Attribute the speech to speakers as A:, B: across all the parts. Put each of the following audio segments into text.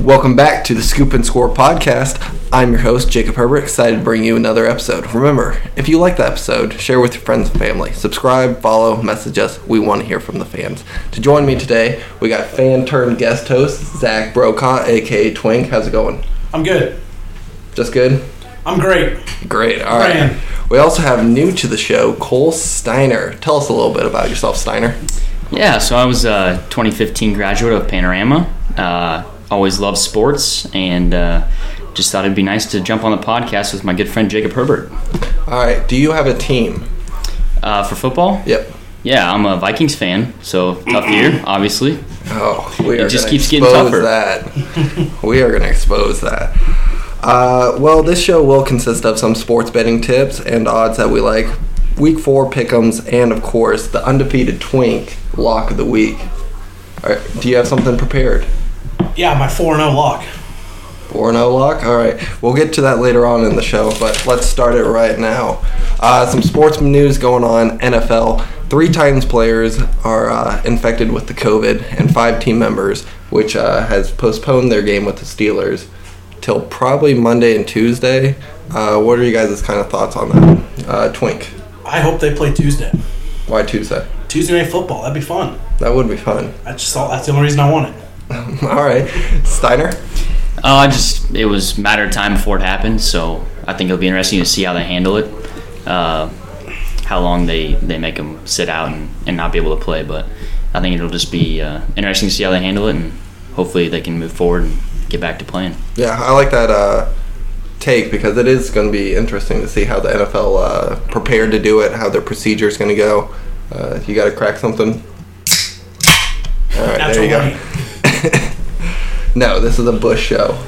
A: Welcome back to the Scoop and Score podcast. I'm your host, Jacob Herbert, excited to bring you another episode. Remember, if you like the episode, share with your friends and family. Subscribe, follow, message us. We want to hear from the fans. To join me today, we got fan turned guest host, Zach Brokaw, aka Twink. How's it going?
B: I'm good.
A: Just good?
B: I'm great.
A: Great. All right.
B: Brand.
A: We also have new to the show, Cole Steiner. Tell us a little bit about yourself, Steiner.
C: Yeah, so I was a 2015 graduate of Panorama. Uh, always loved sports, and uh, just thought it'd be nice to jump on the podcast with my good friend Jacob Herbert
A: All right. Do you have a team?
C: uh, for football.
A: Yep.
C: Yeah, I'm a Vikings fan, so tough year, obviously.
A: Oh, we are
C: just
A: gonna
C: keeps getting
A: expose
C: tougher.
A: That we are going to expose that. Uh, well, this show will consist of some sports betting tips and odds that we like, week four pickums, and of course the undefeated twink lock of the week. All right, do you have something prepared?
B: Yeah, my 4 0 lock.
A: Or no lock? All right. We'll get to that later on in the show, but let's start it right now. Uh, some sports news going on. NFL. Three Titans players are uh, infected with the COVID, and five team members, which uh, has postponed their game with the Steelers till probably Monday and Tuesday. Uh, what are you guys' kind of thoughts on that? Uh, Twink.
B: I hope they play Tuesday.
A: Why Tuesday?
B: Tuesday night football. That'd be fun.
A: That would be fun.
B: That's just all. That's the only reason I want it.
A: All right. Steiner?
C: Uh, I just it was a matter of time before it happened, so I think it'll be interesting to see how they handle it, uh, how long they they make them sit out and, and not be able to play. But I think it'll just be uh, interesting to see how they handle it, and hopefully they can move forward and get back to playing.
A: Yeah, I like that uh, take because it is going to be interesting to see how the NFL uh, prepared to do it, how their procedure is going to go. Uh, you got to crack something. All right, there you go.
B: Natural
A: No, this is a Bush show.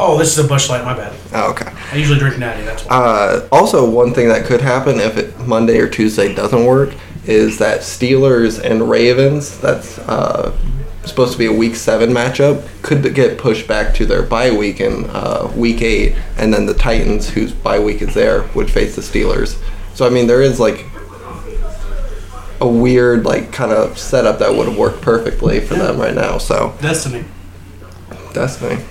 B: Oh, this is a bush light. My bad.
A: Oh, okay.
B: I usually drink natty. That's why.
A: Uh, also, one thing that could happen if it Monday or Tuesday doesn't work is that Steelers and Ravens, that's uh, supposed to be a Week Seven matchup, could get pushed back to their bye week in uh, Week Eight, and then the Titans, whose bye week is there, would face the Steelers. So I mean, there is like a weird like kind of setup that would have worked perfectly for them right now. So
B: Destiny.
A: Destiny.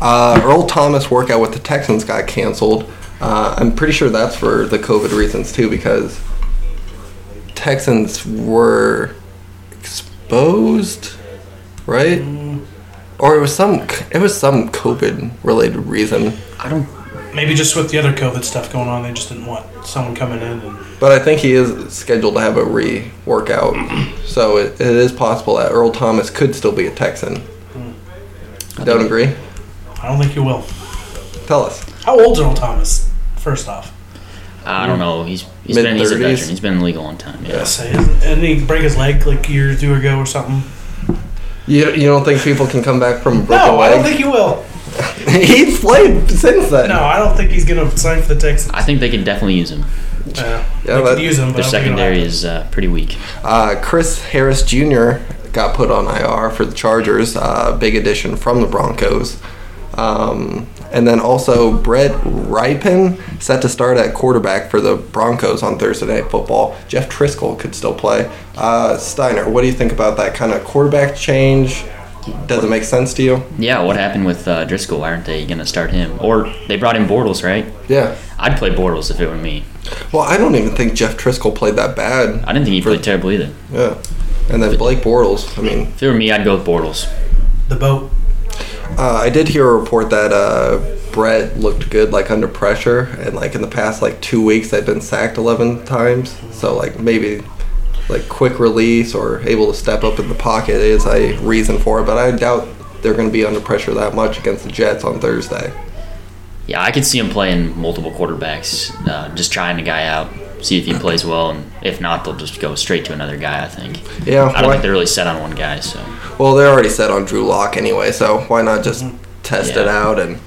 A: Uh, Earl Thomas workout with the Texans got canceled. Uh, I'm pretty sure that's for the COVID reasons too, because Texans were exposed, right?
B: Mm.
A: Or it was some it was some COVID related reason.
C: I don't.
B: Maybe just with the other COVID stuff going on, they just didn't want someone coming in. And
A: But I think he is scheduled to have a re workout, so it, it is possible that Earl Thomas could still be a Texan.
B: Hmm.
A: Don't agree?
B: I don't think you will.
A: Tell us.
B: How old's Earl Thomas? First off,
C: I don't know. He's he's been he's a
A: Mid-thirties?
C: veteran. He's been in the league a long time. Yeah.
B: yes, didn't he break his leg like a year or two ago or something?
A: You, you don't think people can come back from a broken
B: No, I
A: leg?
B: don't think he will.
A: He's played since then.
B: No, I don't think he's gonna sign for the Texans.
C: I think they could definitely use him.
B: Yeah,
A: Yeah,
B: they
A: but-
B: could use him, but I
C: Their
B: don't think it'll
C: secondary
B: happen.
C: is uh, pretty weak.
A: Uh, Chris Harris Jr. got put on IR for the Chargers. Uh, big addition from the Broncos. Um, and then also Brett Ripon set to start at quarterback for the Broncos on Thursday Night Football. Jeff Driscoll could still play. Uh, Steiner, what do you think about that kind of quarterback change? Does it make sense to you?
C: Yeah. What happened with uh, Driscoll? Why aren't they gonna start him? Or they brought in Bortles, right?
A: Yeah.
C: I'd play Bortles if it were me.
A: Well, I don't even think Jeff Driscoll played that bad.
C: I didn't think he played terrible either.
A: Yeah. And then Blake Bortles. I mean,
C: If it were me, I'd go with Bortles.
B: the boat.
A: Uh, I did hear a report that uh, Brett looked good, like under pressure, and like in the past like two weeks, they've been sacked eleven times. So like maybe like quick release or able to step up in the pocket is a reason for it. But I doubt they're going to be under pressure that much against the Jets on Thursday.
C: Yeah, I could see him playing multiple quarterbacks, uh, just trying a guy out, see if he plays well, and if not, they'll just go straight to another guy. I think.
A: Yeah,
C: I don't
A: why-
C: think they're really set on one guy. So
A: Well, they're already set on Drew Lock anyway, so why not just test it
C: Yeah.
A: out and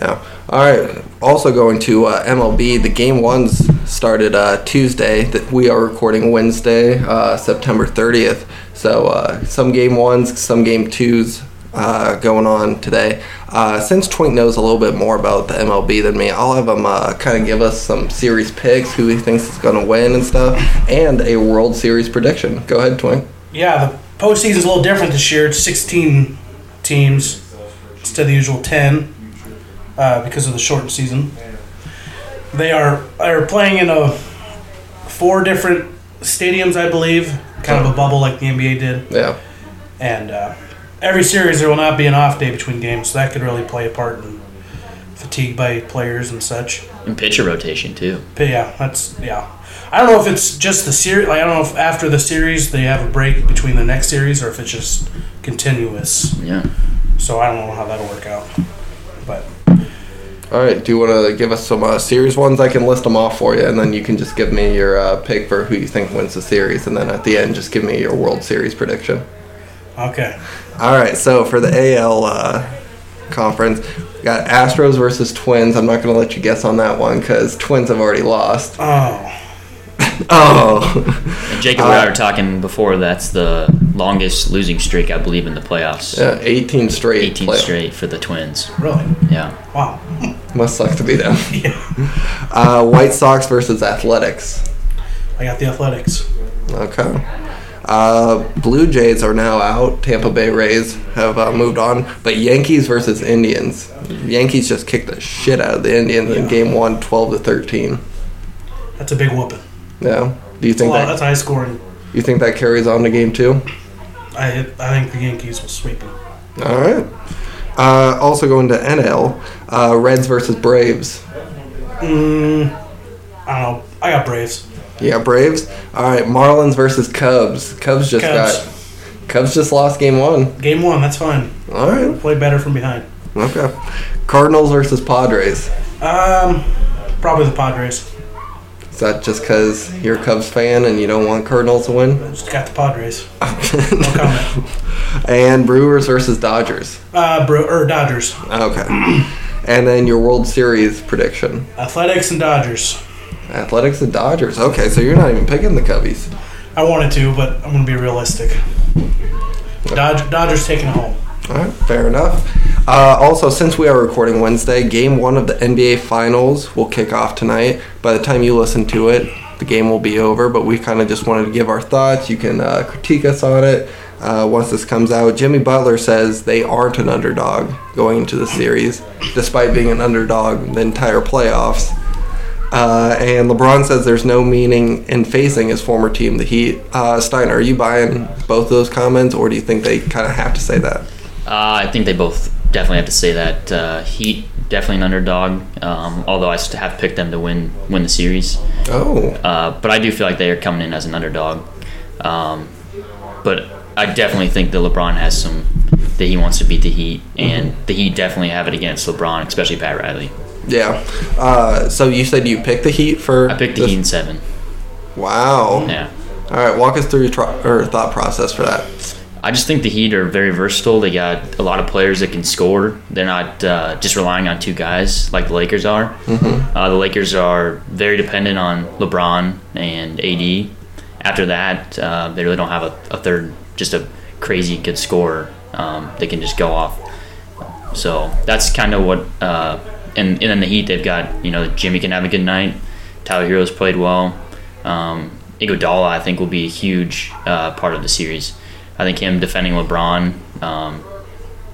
A: yeah. All right. Also going to uh, MLB. The game ones started uh, Tuesday. That we are recording Wednesday, uh, September thirtieth. So uh, some game ones, some game twos uh, going on today. Uh, since Twink knows a little bit more about the MLB than me, I'll have him uh, kind of give us some series picks, who he thinks is going to win and stuff, and a World Series prediction. Go ahead, Twink.
B: Yeah, the postseason is a little different this year. It's 16 teams, instead of the usual ten uh, because of the shortened season. They are are playing in a four different stadiums, I believe, kind of a bubble like the NBA did,
A: Yeah.
B: and uh, every series there will not be an off day between games, so that could really play a part in fatigue by players and such.
C: And pitcher rotation too.
B: But yeah, that's yeah. I don't know if it's just the series. Like I don't know if after the series they have a break between the next series, or if it's just continuous.
C: Yeah.
B: So I don't know how that'll work out. But
A: All right. Do you want to give us some uh, series ones? I can list them off for you, and then you can just give me your uh, pick for who you think wins the series, and then at the end, just give me your World Series prediction.
B: okay,
A: All right, so for the AL uh, conference, we got Astros versus Twins. I'm not going to let you guess on that one because Twins have already lost.
B: oh
A: Oh,
C: And Jacob and I were talking before. That's the longest losing streak I believe in the playoffs.
A: yeah, 18 straight.
C: 18
A: playoff.
C: straight for the Twins.
B: really?
C: Yeah.
B: Wow.
A: Must suck to be them. Uh, White Sox versus Athletics.
B: I got the Athletics.
A: Okay. Uh, Blue Jays are now out. Tampa Bay Rays have uh, moved on. But Yankees versus Indians. Yankees just kicked the shit out of the Indians in
B: Yeah.
A: game one, 12 to 13.
B: That's a big whooping.
A: Yeah. Do you
B: That's, a
A: think
B: lot,
A: that
B: that's high scoring.
A: you think that carries on to game two?
B: I I think the Yankees will sweep them.
A: All right. Uh, also going to NL, uh, Reds versus Braves.
B: Mm, I don't know. I got Braves.
A: Yeah, Braves. All right, Marlins versus Cubs. Cubs just
B: Cubs.
A: got. Cubs just lost game one.
B: Game one. That's fine.
A: All right.
B: Play better from behind.
A: Okay. Cardinals versus Padres.
B: Um, probably the Padres.
A: Is that just because you're a Cubs fan and you don't want Cardinals to win?
B: Just got the Padres. No comment.
A: and Brewers versus Dodgers.
B: Uh, bro, or Dodgers.
A: Okay. And then your World Series prediction.
B: Athletics and Dodgers.
A: Athletics and Dodgers. Okay, so you're not even picking the Cubbies.
B: I wanted to, but I'm gonna be realistic. Dodge, Dodgers taking it home.
A: All right, fair enough. Uh, also, since we are recording Wednesday, game one of the NBA Finals will kick off tonight. By the time you listen to it, the game will be over, but we kind of just wanted to give our thoughts. You can uh, critique us on it. Uh, once this comes out, Jimmy Butler says they aren't an underdog going into the series, despite being an underdog the entire playoffs. Uh, and LeBron says there's no meaning in facing his former team, the Heat. Uh, Steiner, are you buying both of those comments, or do you think they kind of have to say that?
C: Uh, I think they both definitely have to say that uh, Heat definitely an underdog. Um, although I st- have picked them to win win the series,
A: Oh,
C: uh, but I do feel like they are coming in as an underdog. Um, but I definitely think that LeBron has some that he wants to beat the Heat, and
A: Mm-hmm.
C: the Heat definitely have it against LeBron, especially Pat Riley.
A: yeah. Uh, so you said you picked the Heat for.
C: I picked the
A: this-
C: Heat in seven.
A: Wow.
C: Yeah.
A: All right, walk us through your tro- or thought process for that.
C: I just think the Heat are very versatile. They got a lot of players that can score. They're not uh, just relying on two guys like the Lakers are. Uh, the Lakers are very dependent on LeBron and AD. After that, uh, they really don't have a, a third, just a crazy good scorer. Um, they can just go off. So that's kind of what. Uh, and, and then the Heat, they've got you know Jimmy can have a good night. Tyler Hero's played well. Um, Iguodala, I think, will be a huge uh, part of the series. I think him defending LeBron, um,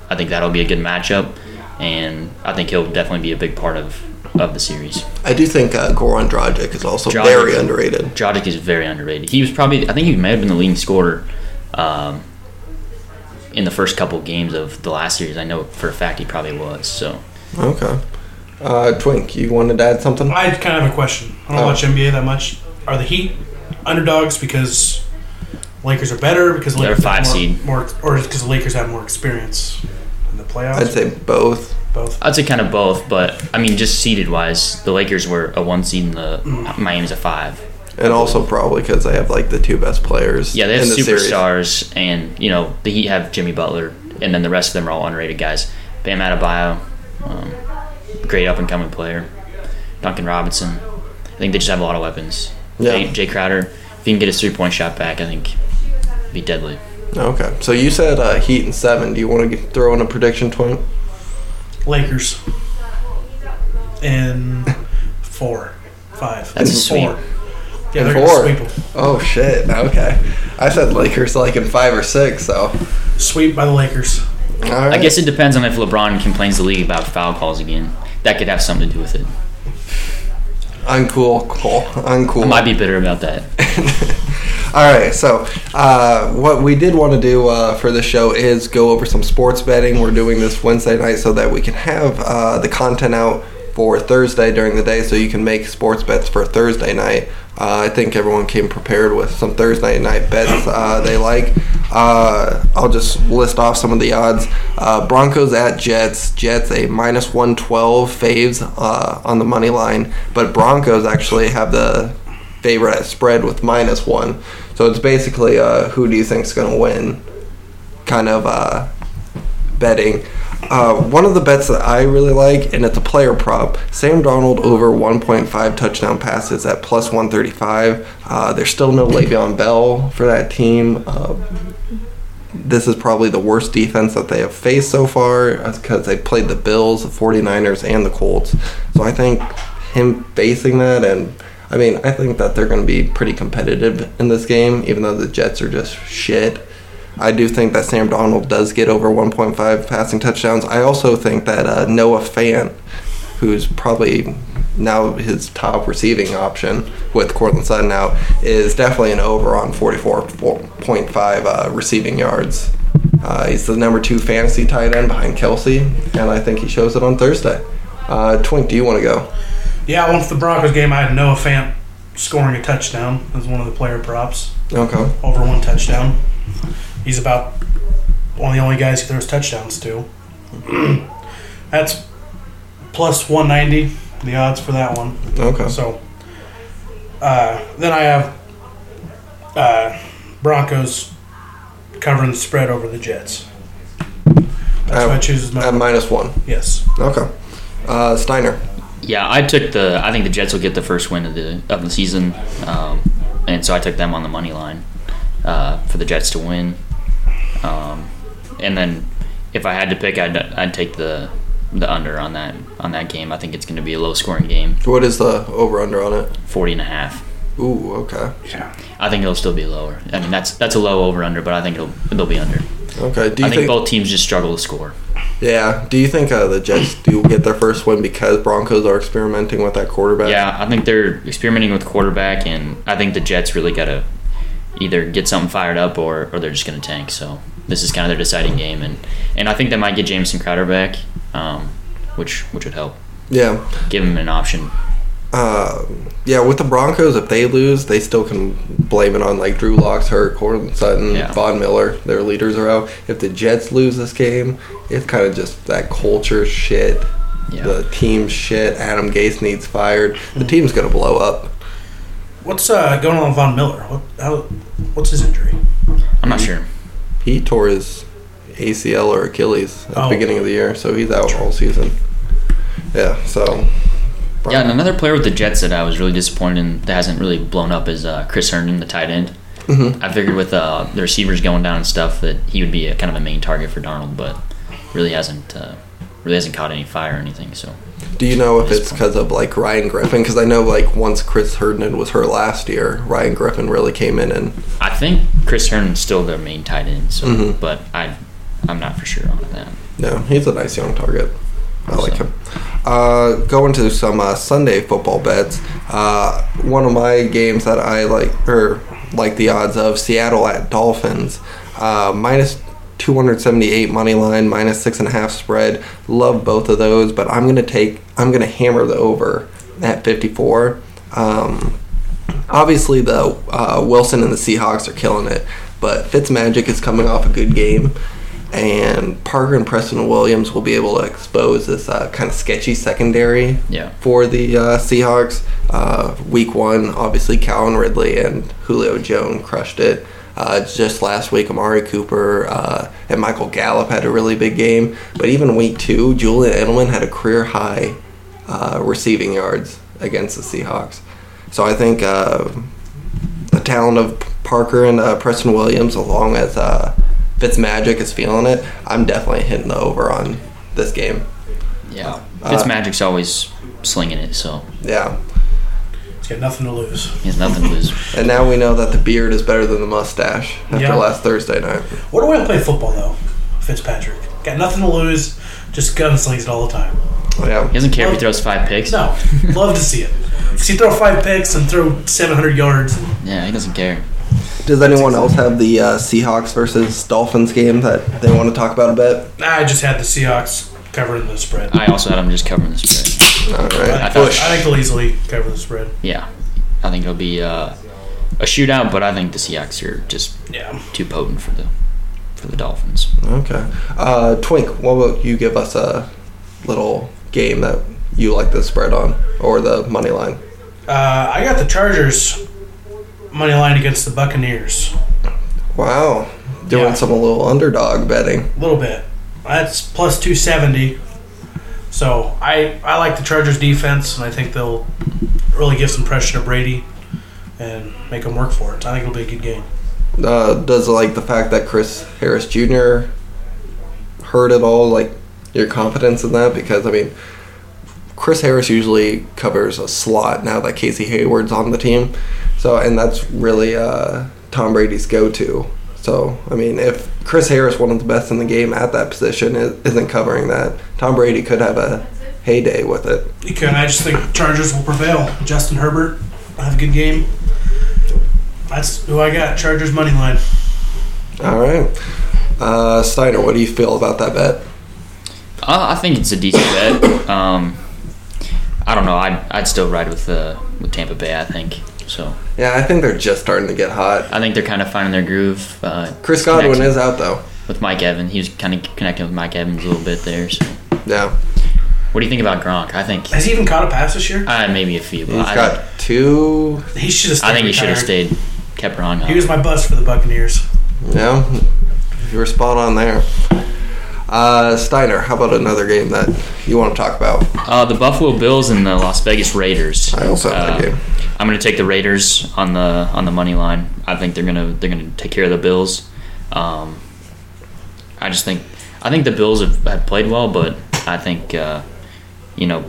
C: I think that'll be a good matchup, and I think he'll definitely be a big part of, of the series.
A: I do think uh, Goran Dragic is also
C: Dragic.
A: very underrated.
C: Dragic is very underrated. He was probably, I think, he may have been the leading scorer um, in the first couple games of the last series. I know for a fact he probably was. So
A: Okay. Uh, Twink, you wanted to add something?
B: I kind of have a question. I don't
A: Oh.
B: watch NBA that much. Are the Heat underdogs because Lakers are better? Because the
C: They're
B: Lakers
C: a five
B: have more,
C: seed.
B: more or because the Lakers have more experience in the playoffs?
A: I'd say both.
B: both.
C: I'd say kind of both, but I mean, just seeded wise, the Lakers were a one seed, and the Miami's a five.
A: And also probably because they have like the two best players.
C: Yeah, they have
A: in the series.
C: superstars, and you know the Heat have Jimmy Butler, and then the rest of them are all underrated guys. Bam Adebayo, um, great up and coming player. Duncan Robinson. I think they just have a lot of weapons.
A: Yeah.
C: Jay, Jay Crowder. If he can get his three point shot back, I think it'd be deadly.
A: Okay, so you said uh, Heat and seven. Do you want to throw in a prediction, Twink?
B: Lakers in four, five.
C: That's a sweep.
B: four. Yeah,
A: In
B: they're
A: four.
B: gonna sweep 'em.
A: Oh shit. Okay. I said Lakers like in five or six. So
B: Sweep by the Lakers.
A: All right.
C: I guess it depends on if LeBron complains to the league about foul calls again. That could have something to do with it.
A: uncool, cool, uncool.
C: I might be bitter about that.
A: All right, so uh, what we did want to do uh, for the show is go over some sports betting. We're doing this Wednesday night so that we can have uh, the content out for Thursday during the day, so you can make sports bets for Thursday night. Uh, I think everyone came prepared with some Thursday night bets uh, they like. Uh, I'll just list off some of the odds. Uh, Broncos at Jets. Jets a minus 112 faves uh, on the money line, but Broncos actually have the favorite at spread with minus one. So it's basically uh, who do you think's going to win kind of uh, betting. Uh, one of the bets that I really like, and it's a player prop, Sam Donald over 1.5 touchdown passes at plus 135. Uh, there's still no Le'Veon Bell for that team. Uh, this is probably the worst defense that they have faced so far because they played the Bills, the 49ers, and the Colts. So I think him facing that, and I mean, I think that they're going to be pretty competitive in this game, even though the Jets are just shit. I do think that Sam Donald does get over 1.5 passing touchdowns. I also think that uh, Noah Fant, who's probably now his top receiving option with Cortland Sutton out, is definitely an over on 44.5 uh, receiving yards. Uh, he's the number two fantasy tight end behind Kelsey, and I think he shows it on Thursday. Uh, Twink, do you want to go?
B: Yeah, once the Broncos game, I had Noah Fant scoring a touchdown as one of the player props.
A: Okay.
B: Over one touchdown. He's about one of the only guys who throws touchdowns to. That's plus 190, the odds for that one.
A: Okay.
B: So uh, then I have uh, Broncos covering the spread over the Jets. That's why I choose as
A: At
B: my
A: Uh, minus one.
B: yes.
A: Okay. Uh, Steiner.
C: Yeah, I took the. I think the Jets will get the first win of the of the season, um, and so I took them on the money line uh, for the Jets to win. Um, and then, if I had to pick, I'd, I'd take the the under on that on that game. I think it's going to be a low scoring game,
A: What is the over under on it?
C: 40 and a half.
A: Ooh, okay.
B: Yeah.
C: I think it'll still be lower. I mean, that's that's a low over under, but I think it'll it'll be under.
A: Okay. Do you
C: I think both teams just struggle to score.
A: Yeah. Do you think uh, the Jets do get their first win because Broncos are experimenting with that quarterback?
C: Yeah, I think they're experimenting with quarterback, and I think the Jets really got to either get something fired up or, or they're just going to tank. So this is kind of their deciding game, and, and I think they might get Jameson Crowder back, um, which which would help
A: Yeah.
C: give him an option.
A: Uh, yeah. With the Broncos, if they lose, they still can blame it on like Drew Locke's hurt, Cortland Sutton,
C: Yeah.
A: Von Miller. Their leaders are out. If the Jets lose this game, it's kind of just that culture shit.
C: Yeah.
A: The team shit. Adam Gase needs fired. The team's gonna blow up.
B: What's uh, going on with Von Miller? What how, what's his injury?
C: I'm not sure.
A: He tore his ACL or Achilles at
B: Oh.
A: the beginning of the year, so he's out all season. Yeah. So.
C: Yeah, and another player with the Jets that I was really disappointed in that hasn't really blown up is uh, Chris Herndon, the tight end.
A: Mhm.
C: I figured with uh, the receivers going down and stuff that he would be a, kind of a main target for Darnold, but really hasn't uh, really hasn't caught any fire or anything. So
A: Do you know if
C: This
A: it's
C: one.
A: because of like Ryan Griffin? Because I know like once Chris Herndon was hurt last year, Ryan Griffin really came in and
C: I think Chris Herndon's still their main tight end, so
A: Mhm.
C: but I I'm not for sure on that.
A: no, he's a nice young target. I like
C: So-
A: him. Uh, going to some uh, Sunday football bets. Uh, one of my games that I like or like the odds of Seattle at Dolphins uh, minus 278 money line, minus six and a half spread. Love both of those, but I'm gonna take I'm gonna hammer the over at 54. Um, obviously the uh, Wilson and the Seahawks are killing it, but Fitzmagic is coming off a good game, and Parker and Preston Williams will be able to expose this uh, kind of sketchy secondary
C: Yeah.
A: for the uh, Seahawks. Uh, week one, obviously Calvin Ridley and Julio Jones crushed it. Uh, just last week, Amari Cooper uh, and Michael Gallup had a really big game. But even week two, Julian Edelman had a career high uh, receiving yards against the Seahawks. So I think uh, the talent of Parker and uh, Preston Williams, along with uh, Fitzmagic, is feeling it. I'm definitely hitting the over on this game.
C: Yeah,
A: Uh,
C: Fitzmagic's always slinging it, so
A: Yeah.
B: He's got nothing to lose.
C: he has nothing to lose.
A: And now we know that the beard is better than the mustache after
B: Yeah.
A: last Thursday night.
B: What a way to play football though, Fitzpatrick. Got nothing to lose. Just gunslings it all the time.
A: Yeah.
C: He doesn't care if he
B: Well-
C: throws five picks.
B: No, love to see it. Because you throw five picks and throw 700 yards.
C: Yeah, he doesn't care.
A: Does anyone else have the uh, Seahawks versus Dolphins game that they want to talk about a bit?
B: I just had the Seahawks covering the spread.
C: I also had him just covering the spread.
A: All right.
B: I,
C: I
B: think,
C: thought-
B: I think they'll easily cover the spread.
C: Yeah, I think it'll be uh, a shootout, but I think the Seahawks are just
B: Yeah.
C: too potent for the for the Dolphins.
A: Okay. Uh, Twink, what about you give us a little game that you like the spread on or the money line?
B: Uh, I got the Chargers money line against the Buccaneers.
A: Wow. Doing
B: Yeah.
A: some little underdog betting.
B: A little bit. That's plus 270. So I, I like the Chargers defense, and I think they'll really give some pressure to Brady and make him work for it. I think it'll be a good game.
A: Uh, does like the fact that Chris Harris Jr. hurt at all, like your confidence in that? Because I mean, Chris Harris usually covers a slot now that Casey Hayward's on the team, so and that's really uh, Tom Brady's go-to. So I mean, if Chris Harris, one of the best in the game at that position, i- isn't covering that, Tom Brady could have a heyday with it.
B: You can. I just think Chargers will prevail. Justin Herbert, have a good game. That's who I got. Chargers money line.
A: All right, uh, Steiner, what do you feel about that bet?
C: Uh, I think it's a decent bet. Um, I don't know. I'd, I'd still ride with uh, with Tampa Bay. I think so.
A: Yeah, I think they're just starting to get hot.
C: I think they're kind of finding their groove. Uh,
A: Chris Godwin
C: connecting
A: is out though.
C: with Mike Evans. He was kind of connecting with Mike Evans a little bit there. So.
A: Yeah.
C: What do you think about Gronk? I think
B: Has he even caught a pass this year?
C: uh, maybe a few. But
A: He's
C: I,
A: got two.
B: He should have.
C: I think he should have
B: retired.
C: stayed, kept Gronk.
B: He was
C: on.
B: my bust for the Buccaneers.
A: No, you were spot on there. Uh, Steiner, how about another game that you want to talk about?
C: Uh, the Buffalo Bills and the Las Vegas Raiders.
A: I also have
C: Uh,
A: that game.
C: I'm going to take the Raiders on the on the money line. I think they're going to they're going to take care of the Bills. Um, I just think I think the Bills have, have played well, but I think uh, you know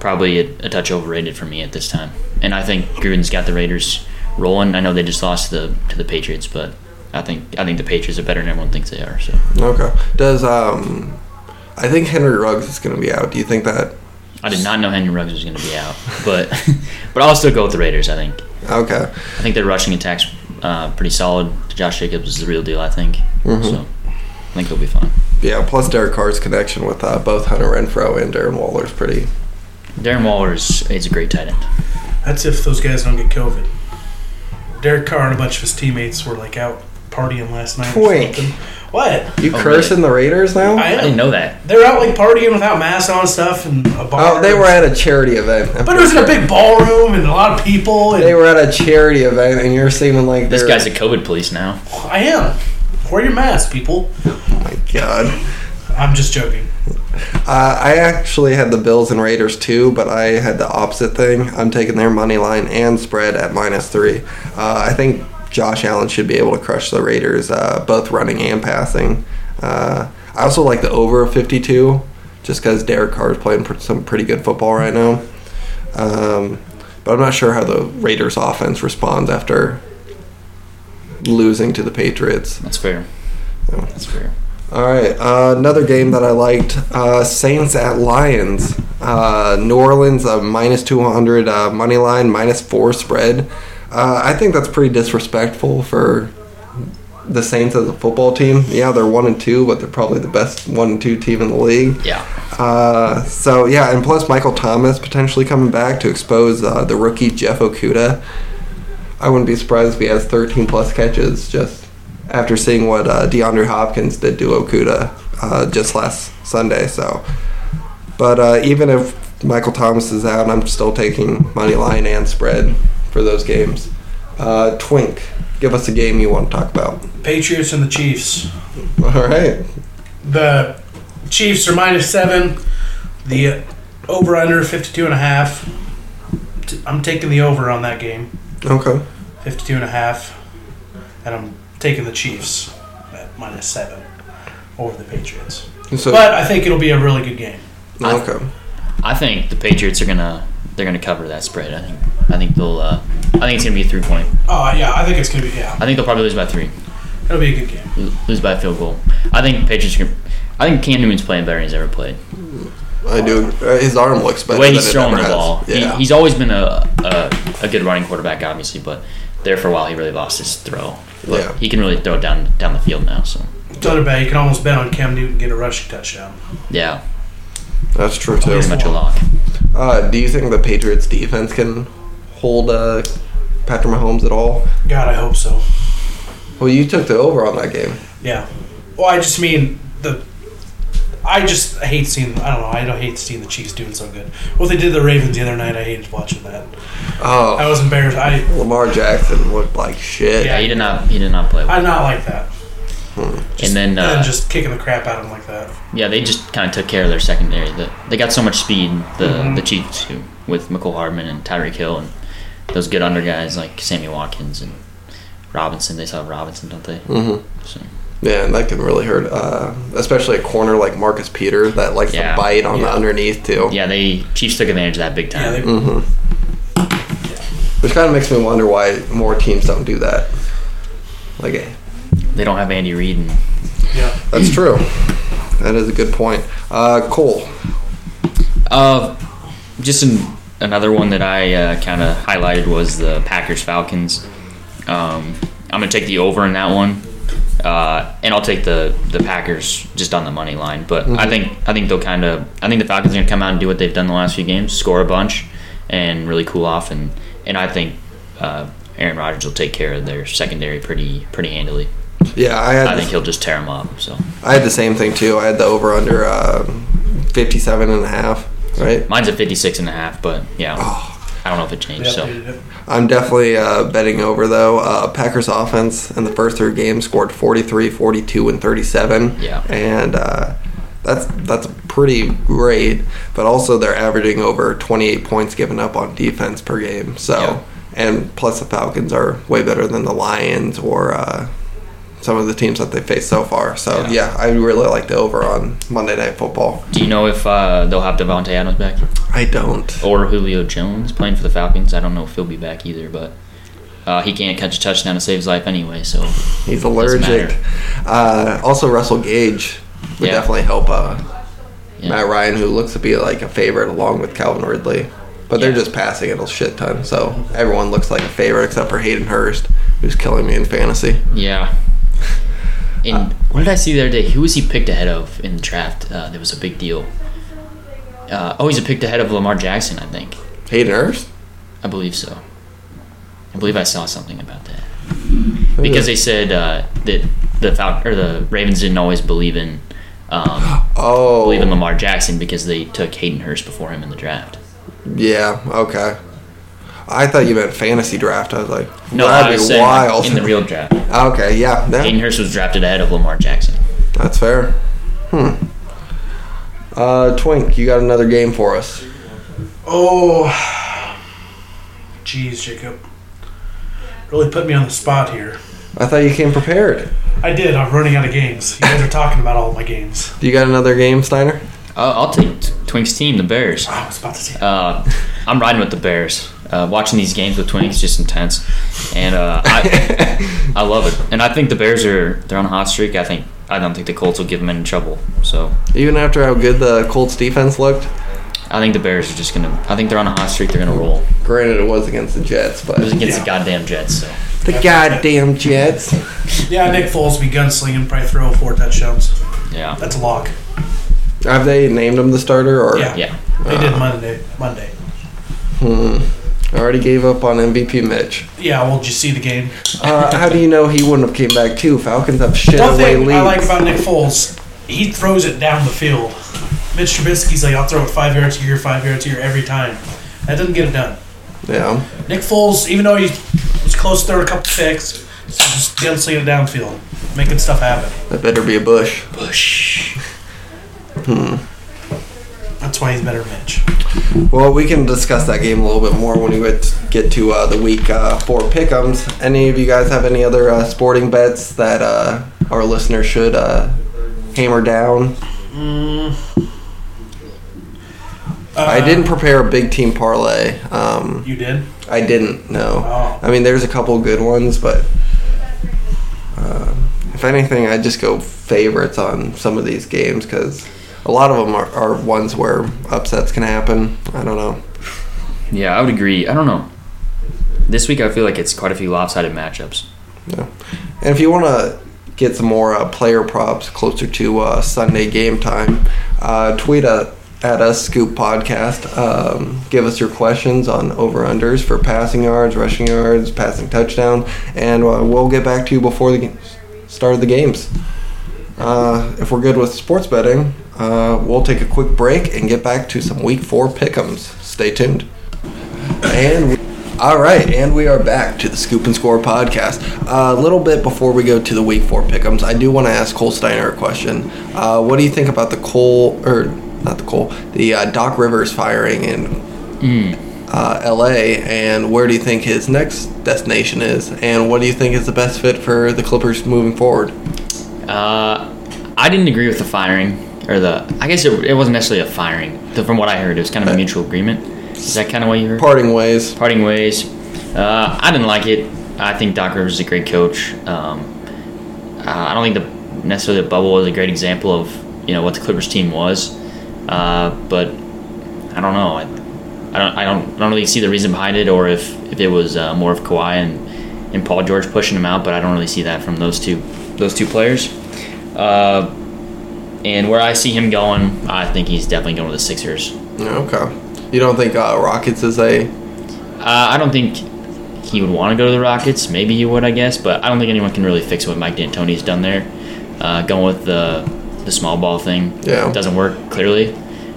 C: probably a, a touch overrated for me at this time. And I think Gruden's got the Raiders rolling. I know they just lost to the to the Patriots, but I think I think the Patriots are better than everyone thinks they are. So
A: Okay. Does um, I think Henry Ruggs is going to be out. Do you think that?
C: I did not know Henry Ruggs was going to be out, but but I'll still go with the Raiders. I think.
A: Okay.
C: I think their rushing attack's uh, pretty solid. Josh Jacobs is the real deal, I think. So I think they'll be fine.
A: Mm-hmm. Yeah. Plus Derek Carr's connection with uh, both Hunter Renfro and Darren Waller's pretty.
C: Darren Waller is, is a great tight end.
B: That's if those guys don't get COVID. Derek Carr and a bunch of his teammates were like out partying last night. or
A: Twink.
B: something. What?
A: You
C: Oh,
A: cursing the Raiders now?
B: I
C: I didn't
B: am.
C: know that.
B: They're out like partying without masks on and stuff and a bar.
A: oh, they were at a charity event. I'm
B: But it was in a
A: pretty
B: big ballroom and a lot of people. And
A: sure. They were at a charity event, and you're seeming like
C: This
A: they're-
C: guy's a COVID police now.
B: I am. Wear your mask, people.
A: Oh my god.
B: I'm just joking.
A: Uh, I actually had the Bills and Raiders too, but I had the opposite thing. I'm taking their money line and spread at minus three. Uh, I think Josh Allen should be able to crush the Raiders, uh, both running and passing. Uh, I also like the over of 52, just because Derek Carr is playing pr- some pretty good football right now. Um, but I'm not sure how the Raiders offense responds after losing to the Patriots.
C: That's fair. That's fair.
A: All right, uh, another game that I liked: uh, Saints at Lions. Uh, New Orleans uh, minus two hundred uh, money line, minus four spread. Uh, I think that's pretty disrespectful for the Saints as a football team. Yeah, they're one and two, but they're probably the best one and two team in the league.
C: Yeah.
A: Uh, so yeah, and plus Michael Thomas potentially coming back to expose uh, the rookie Jeff Okuda. I wouldn't be surprised if he has 13 plus catches just after seeing what uh, DeAndre Hopkins did to Okuda uh, just last Sunday. So, but uh, even if Michael Thomas is out, I'm still taking money line and spread for those games. Uh, Twink, give us a game you want to talk about.
B: Patriots and the Chiefs.
A: All right,
B: The Chiefs are minus seven. The over under 52 and a half. T- I'm taking the over on that game,
A: okay.
B: 52 and a half. And I'm taking the Chiefs at minus seven over the Patriots.
A: So
B: But I think it'll be a really good game.
A: okay.
C: I think the Patriots are gonna they're gonna cover that spread. I think I think they'll uh, I think it's gonna be a three point.
B: Oh, yeah, I think it's going to be, yeah,
C: I think they'll probably lose by three.
B: it'll be a good game.
C: Lose by a field goal. I think Patriots are gonna, I I think Cam Newton's playing better than he's ever played.
A: I do. uh, His arm looks better.
C: the way
A: than
C: he's
A: it
C: throwing
A: ever
C: the
A: has.
C: ball. He-
A: Yeah.
C: he's always been a, a a good running quarterback, obviously, but there for a while he really lost his throw. But
A: Yeah.
C: he can really throw it down down the field now. So
B: The other bet, you can almost bet on Cam Newton get a rushing touchdown.
C: yeah,
A: That's true too.
C: pretty much a lock.
A: Uh, do you think the Patriots defense can hold uh, Patrick Mahomes at all?
B: God, I hope so.
A: Well, you took the over on that game.
B: Yeah. Well, I just mean the. I just hate seeing. I don't know. I don't hate seeing the Chiefs doing so good. What they did to the Ravens the other night, I hated watching that. I
A: Oh,
B: was embarrassed. I
A: Lamar Jackson looked like shit.
C: Yeah, he did not he did not play well.
B: I'm not like that.
C: And then
B: And
C: uh,
B: then just kicking the crap out of them like that.
C: yeah, they just kind of took care of their secondary. The, they got so much speed. The
B: Mhm.
C: the Chiefs who, with Michael Hardman and Tyreek Hill and those good under guys like Sammy Watkins and Robinson. They saw Robinson, don't they?
A: Mm-hmm.
C: So,
A: Yeah, and that can really hurt, uh, especially a corner like Marcus Peters that likes
C: Yeah.
A: to bite on
B: Yeah.
A: the underneath too.
C: yeah, they Chiefs took advantage of that big
B: Yeah,
C: time.
B: they,
A: Mm-hmm. Which kind of makes me wonder why more teams don't do that. Like, eh,
C: they don't have Andy Reid and
B: yeah.
A: that's true. That is a good point. Uh, Cole.
C: Uh, just an, another one that I uh, kind of highlighted was the Packers Falcons. Um, I'm gonna take the over in that one, uh, and I'll take the the Packers just on the money line. But I think I think they'll kind of I think the Falcons are gonna come out and do what they've done the last few games, score a bunch, and really cool off. And and I think uh, Aaron Rodgers will take care of their secondary pretty pretty handily.
A: Yeah, I had
C: I think he'll just tear them up. So
A: I had the same thing too. I had the over under um, 57 and a half, right?
C: mine's at 56 and a half, but yeah, I don't know if it
B: They
C: changed. So.
B: updated it.
A: I'm definitely uh, betting over though. Uh, Packers offense in the first three games scored 43, 42, and 37.
C: Yeah.
A: and uh, that's that's pretty great. But also they're averaging over 28 points given up on defense per game. So
C: Yeah.
A: and plus the Falcons are way better than the Lions or. Uh, some of the teams that they faced so far. So,
C: Yeah.
A: yeah, I really like the over on Monday Night Football.
C: Do you know if uh, they'll have Devontae Adams back
A: I don't.
C: or Julio Jones playing for the Falcons? I don't know if he'll be back either, but uh, he can't catch a touchdown to save his life anyway. So
A: He's
C: Doesn't
A: allergic. Uh, also, Russell Gage would
C: Yeah.
A: definitely help uh,
C: yeah.
A: Matt Ryan, who looks to be like a favorite along with Calvin Ridley. But they're
C: Yeah.
A: just passing it a shit ton, so everyone looks like a favorite except for Hayden Hurst, who's killing me in fantasy.
C: yeah. And what did I see the other day? Who was he picked ahead of in the draft? Uh, there was a big deal. Uh, oh, he's a picked ahead of Lamar Jackson, I think.
A: Hayden Hurst?
C: I believe so. I believe I saw something about that. because they said uh, that the Fal- or the Ravens didn't always believe in um,
A: oh
C: believe in Lamar Jackson because they took Hayden Hurst before him in the draft.
A: yeah okay. I thought you meant fantasy draft. I was like,
C: No, I
A: that'd
C: was
A: be
C: saying like,
A: wild.
C: in the real draft.
A: okay, yeah, yeah,
C: Hayden Hurst was drafted ahead of Lamar Jackson.
A: that's fair. Hmm. Uh, Twink, you got another game for us?
B: Oh, jeez, Jacob, really put me on the spot here.
A: I thought you came prepared.
B: I did. I'm running out of games. You guys are talking about all my games.
A: You got another game, Steiner?
C: Uh, I'll take T- Twink's team, the Bears.
B: I was about to say.
C: Uh, I'm riding with the Bears. Uh, watching these games with Twinks is just intense, and uh, I, I love it. And I think the Bears are they're on a hot streak. I think I don't think the Colts will give them any trouble. So
A: Even after how good the Colts defense looked,
C: I think the Bears are just gonna. I think they're on a hot streak. They're gonna roll.
A: granted it was against the Jets, but
C: It was against
B: Yeah.
C: the goddamn Jets. So
A: the goddamn Jets.
B: Yeah, Nick Foles be gunslinging, probably throw four touchdowns.
C: yeah,
B: That's a lock.
A: Have they named him the starter or
B: Yeah.
C: yeah.
B: They
A: Uh-huh.
B: did Monday. Monday.
A: Hmm. I already gave up on MVP Mitch.
B: Yeah. Well, did you see the game?
A: Uh, how do you know he wouldn't have came back too? Falcons have shit
B: One
A: away
B: thing
A: leads.
B: I like about Nick Foles, he throws it down the field. Mitch Trubisky's like, I'll throw it five yards here, five yards here every time. That doesn't get it done.
A: yeah.
B: Nick Foles, even though he was close to throw a couple picks, he's just gunslinging it downfield, making stuff happen.
A: That better be a Bush.
B: Bush. That's why he's better than Mitch.
A: Well, we can discuss that game a little bit more when we get get to uh, the week uh, four pick'ems. Any of you guys have any other uh, sporting bets that uh, our listeners should uh, hammer down? Mm. I
B: Uh,
A: didn't prepare a big team parlay. Um,
B: You did?
A: I didn't. No.
B: Oh.
A: I mean, there's a couple good ones, but uh, if if anything, I just go favorites on some of these games because a lot of them are, are ones where upsets can happen. I don't know.
C: Yeah, I would agree. I don't know. This week, I feel like it's quite a few lopsided matchups.
A: Yeah. And if you want to get some more uh, player props closer to uh, Sunday game time, uh, tweet uh at us, Scoop Podcast. Um, give us your questions on over unders for passing yards, rushing yards, passing touchdowns, and uh, we'll get back to you before the g- start of the games. Uh, if we're good with sports betting, uh, we'll take a quick break and get back to some week four pick'ems. Stay tuned. And we, all right, and we are back to the Scoop and Score podcast. A little bit before we go to the Week Four pickums, I do want to ask Cole Steiner a question. Uh, what do you think about the Cole or not the Cole, the uh, Doc Rivers firing in
C: Hmm.
A: uh, L.A. and where do you think his next destination is? And what do you think is the best fit for the Clippers moving forward?
C: Uh, I didn't agree with the firing, or the. I guess it, it wasn't necessarily a firing. Though From what I heard, it was kind of a mutual agreement. Is that kind of what you heard?
A: Parting ways.
C: parting ways. Uh, I didn't like it. I think Doc Rivers is a great coach. Um, uh, I don't think the necessarily the bubble was a great example of you know what the Clippers team was, uh, but I don't know. I, I don't. I don't. I don't really see the reason behind it, or if if it was uh, more of Kawhi and and Paul George pushing him out. But I don't really see that from those two those two players. Uh, and where I see him going, I think he's definitely going with the Sixers.
A: Okay. You don't think uh, Rockets is a
C: Uh, I don't think he would want to go to the Rockets. Maybe he would, I guess, but I don't think anyone can really fix what Mike D'Antoni's done there. Uh, going with the the small ball thing,
A: Yeah.
C: doesn't work clearly,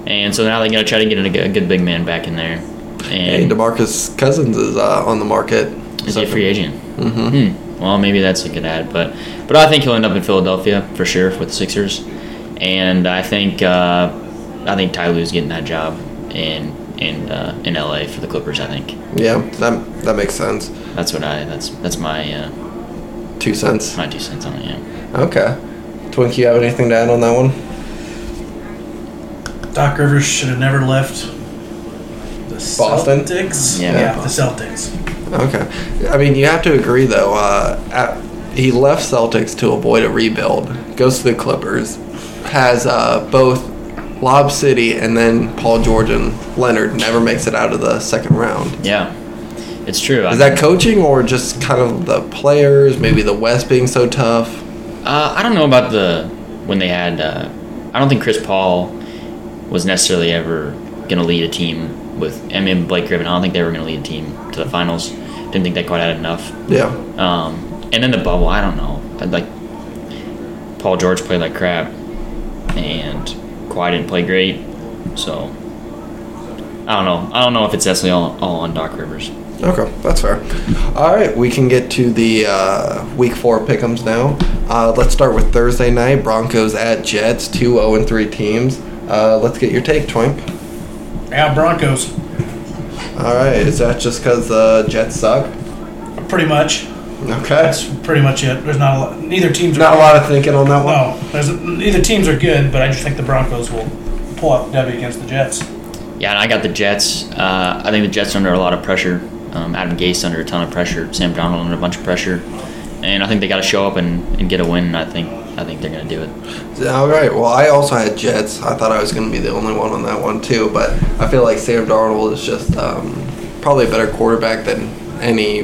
C: and so now they're gonna try to get a, g- a good big man back in there,
A: Hey,
C: and
A: Demarcus Cousins is uh, on the market.
C: is he a
A: So-
C: free agent? Mm-hmm. Well, maybe that's a good ad, but but I think he'll end up in Philadelphia for sure with the Sixers, and I think uh, I think Ty Lue's getting that job in in uh, in LA for the Clippers. I think
A: Yeah, that that makes sense.
C: that's what I that's that's my. Uh,
A: Two cents.
C: My two cents on it, yeah.
A: Okay. Twink, you have anything to add on that one?
B: Doc Rivers should have never left the
A: Boston?
B: Celtics.
C: Yeah.
B: the Celtics.
A: Okay. I mean, you have to agree though. Uh, at, he left Celtics to avoid a rebuild. Goes to the Clippers. Has uh, both Lob City and then Paul George and Leonard never makes it out of the second round.
C: Yeah, it's true. I,
A: Is that coaching or just kind of the players? Maybe the West being so tough.
C: uh, I don't know about the when they had. Uh, I don't think Chris Paul was necessarily ever going to lead a team with. I mean, Blake Griffin. I don't think they were going to lead a team to the finals. Didn't think they quite had enough.
A: Yeah.
C: Um, and then the bubble. I don't know. I'd like Paul George played like crap, and Kawhi didn't play great. So I don't know. I don't know if it's necessarily all, all on Doc Rivers.
A: Okay, that's fair. All right, we can get to the uh, week four pickums now. Uh, let's start with Thursday night Broncos at Jets, two zero and three teams. Uh, let's get your take, Twink.
B: Yeah, Broncos.
A: All right, is that just because the Jets suck?
B: Pretty much.
A: Okay,
B: That's pretty much it. There's not a lot. Neither team's
A: not a lot of thinking on that one.
B: No, there's neither teams are good, but I just think the Broncos will pull out the W against the Jets.
C: Yeah, and I got the Jets. Uh, I think the Jets are under a lot of pressure. Um, Adam Gase under a ton of pressure. Sam Donald under a bunch of pressure. And I think they got to show up and, and get a win. And I think I think they're gonna do it.
A: All right. Well, I also had Jets. I thought I was going to be the only one on that one too, but I feel like Sam Darnold is just um, probably a better quarterback than any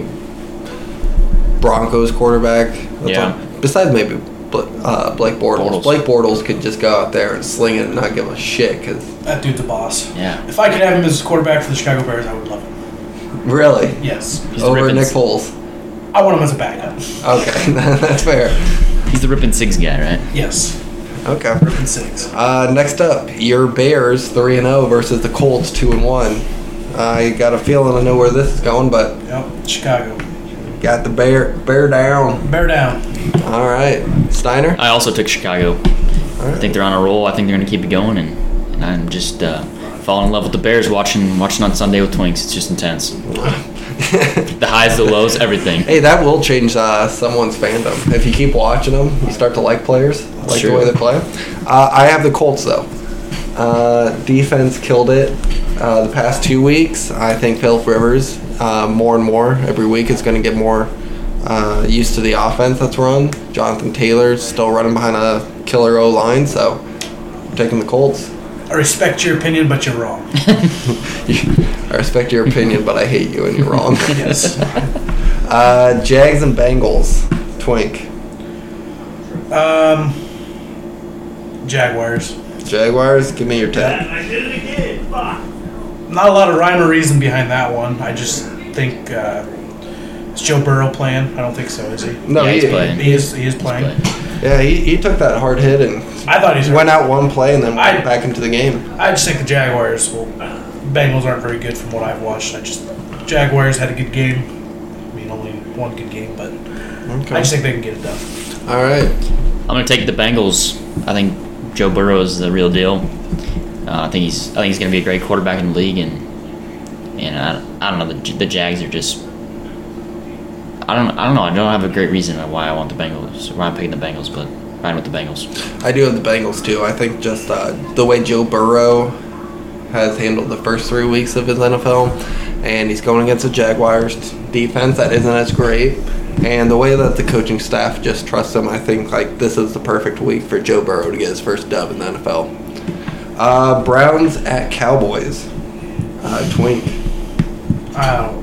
A: Broncos quarterback. That's
C: Yeah.
A: all. Besides maybe Bla- uh, Blake Bortles.
C: Bortles.
A: Blake Bortles could just go out there and sling it and not give a shit. Cause
B: That dude's a boss.
C: Yeah.
B: If I could have him as quarterback for the Chicago Bears, I would love him.
A: really,
B: Yes.
C: He's
A: over
C: ripping,
A: Nick Foles.
B: I want him as a backup.
A: Okay, that's fair.
C: He's the ripping six guy, right?
B: Yes.
A: Okay.
B: And six.
A: Uh, next up, your Bears three and zero versus the Colts two and one. I got a feeling I know where this is going, but
B: Yep. Chicago.
A: Got the bear bear down.
B: Bear down.
A: All right, Steiner.
C: I also took Chicago. I think they're on a roll. I think they're gonna keep it going. And, and I'm just uh, falling in love with the Bears. Watching watching on Sunday with Twinks. It's just intense. The highs, the lows, everything.
A: hey, that will change uh, someone's fandom if you keep watching them. You start to like players, like
C: Sure.
A: the way they play. Uh, I have the Colts though. Uh, defense killed it uh, the past two weeks. I think Phil Rivers uh, more and more every week is going to get more uh, used to the offense that's run. Jonathan Taylor's still running behind a killer O line, so I'm taking the Colts.
B: I respect your opinion, but you're wrong.
A: I respect your opinion, but I hate you and you're wrong.
B: Yes.
A: Uh, Jags and Bengals. Twink.
B: um, Jaguars.
A: Jaguars, give me your tip.
D: I did it again. Fuck.
B: Not a lot of rhyme or reason behind that one. I just think uh, is Joe Burrow playing? I don't think so. Is he?
A: No,
C: Yeah, he's
A: he,
C: playing.
B: He is. He is playing.
C: But
A: yeah, he, he took that hard hit and
B: I thought he's.
A: went out one play and then went
B: I-
A: back into the game.
B: I just think the Jaguars will. Bengals aren't very good from what I've watched. I just Jaguars had a good game. I mean, only one good game, but I
A: Okay.
B: just think they can get it done.
A: All right.
C: I'm gonna take the Bengals. I think Joe Burrow is the real deal. Uh, I think he's I think he's gonna be a great quarterback in the league, and and I, I don't know the, J- the Jags are just I don't I don't know I don't have a great reason why I want the Bengals why I'm picking the Bengals, but riding with the Bengals.
A: I do have the Bengals too. I think just uh, the way Joe Burrow has handled the first three weeks of his NFL, and he's going against the Jaguars defense that isn't as great, and the way that the coaching staff just trusts him. I think like this is the perfect week for Joe Burrow to get his first dub in the NFL. Uh, Browns at Cowboys. Uh, twink.
B: Uh,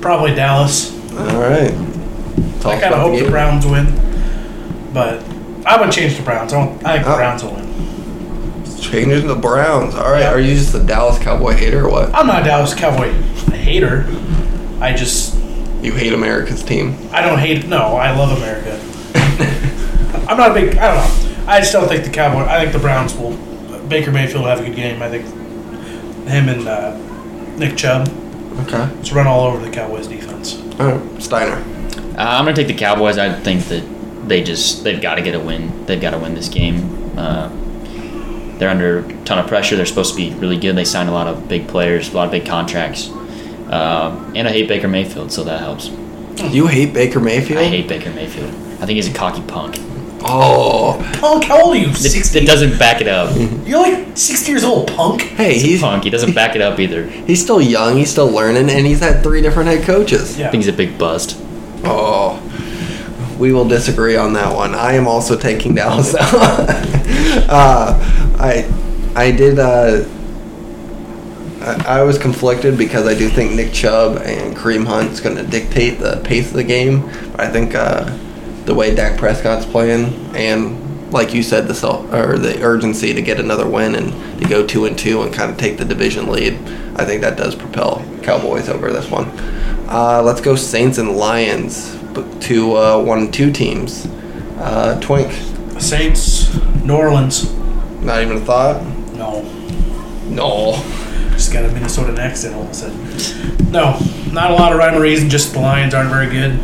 B: probably Dallas.
A: All right. Talk
B: I kind of
A: about
B: hope the
A: game.
B: Browns win, but I would change the Browns. I, don't, I think the
A: Oh.
B: Browns will win.
A: Changing the Browns. All right.
B: Yeah.
A: Are you just a Dallas Cowboy hater or what?
B: I'm not a Dallas Cowboy hater. I just
A: You hate America's team.
B: I don't hate. No, I love America. I'm not a big. I don't know. I just don't think the Cowboys. I think the Browns will. Baker Mayfield will have a good game. I think him and uh, Nick Chubb
A: Okay.
B: just run all over the Cowboys defense.
A: All right. Steiner.
C: Uh, I'm gonna take the Cowboys. I think that they just they've got to get a win. They've got to win this game. Uh, they're under a ton of pressure. They're supposed to be really good. They signed a lot of big players, a lot of big contracts. Uh, and I hate Baker Mayfield, so that helps.
A: You hate Baker Mayfield?
C: I hate Baker Mayfield. I think he's a cocky punk.
A: Oh,
B: Punk, how old are you?
C: That,
B: Six,
C: that doesn't back it up. He's
B: you're like 60 years old, punk.
A: hey,
C: a
A: he's
C: punk. He doesn't back it up either. I
A: he's still young. He's still learning, and he's had three different head coaches.
B: Yeah.
C: think he's a big bust.
A: Oh, we will disagree on that one. I am also taking Dallas. uh, I I did. Uh, I, I was conflicted because I do think Nick Chubb and Kareem Hunt's going to dictate the pace of the game. But I think uh, the way Dak Prescott's playing and like you said, the self, or the urgency to get another win and to go two and two and kind of take the division lead. I think that does propel Cowboys over this one. Uh, let's go Saints and Lions, but to uh, one and two teams. Uh, Twink,
B: Saints, New Orleans.
A: not even a thought.
B: No,
A: No.
B: Just got a Minnesota accent all of a sudden. No, not a lot of rhyme or reason. Just the Lions aren't very good.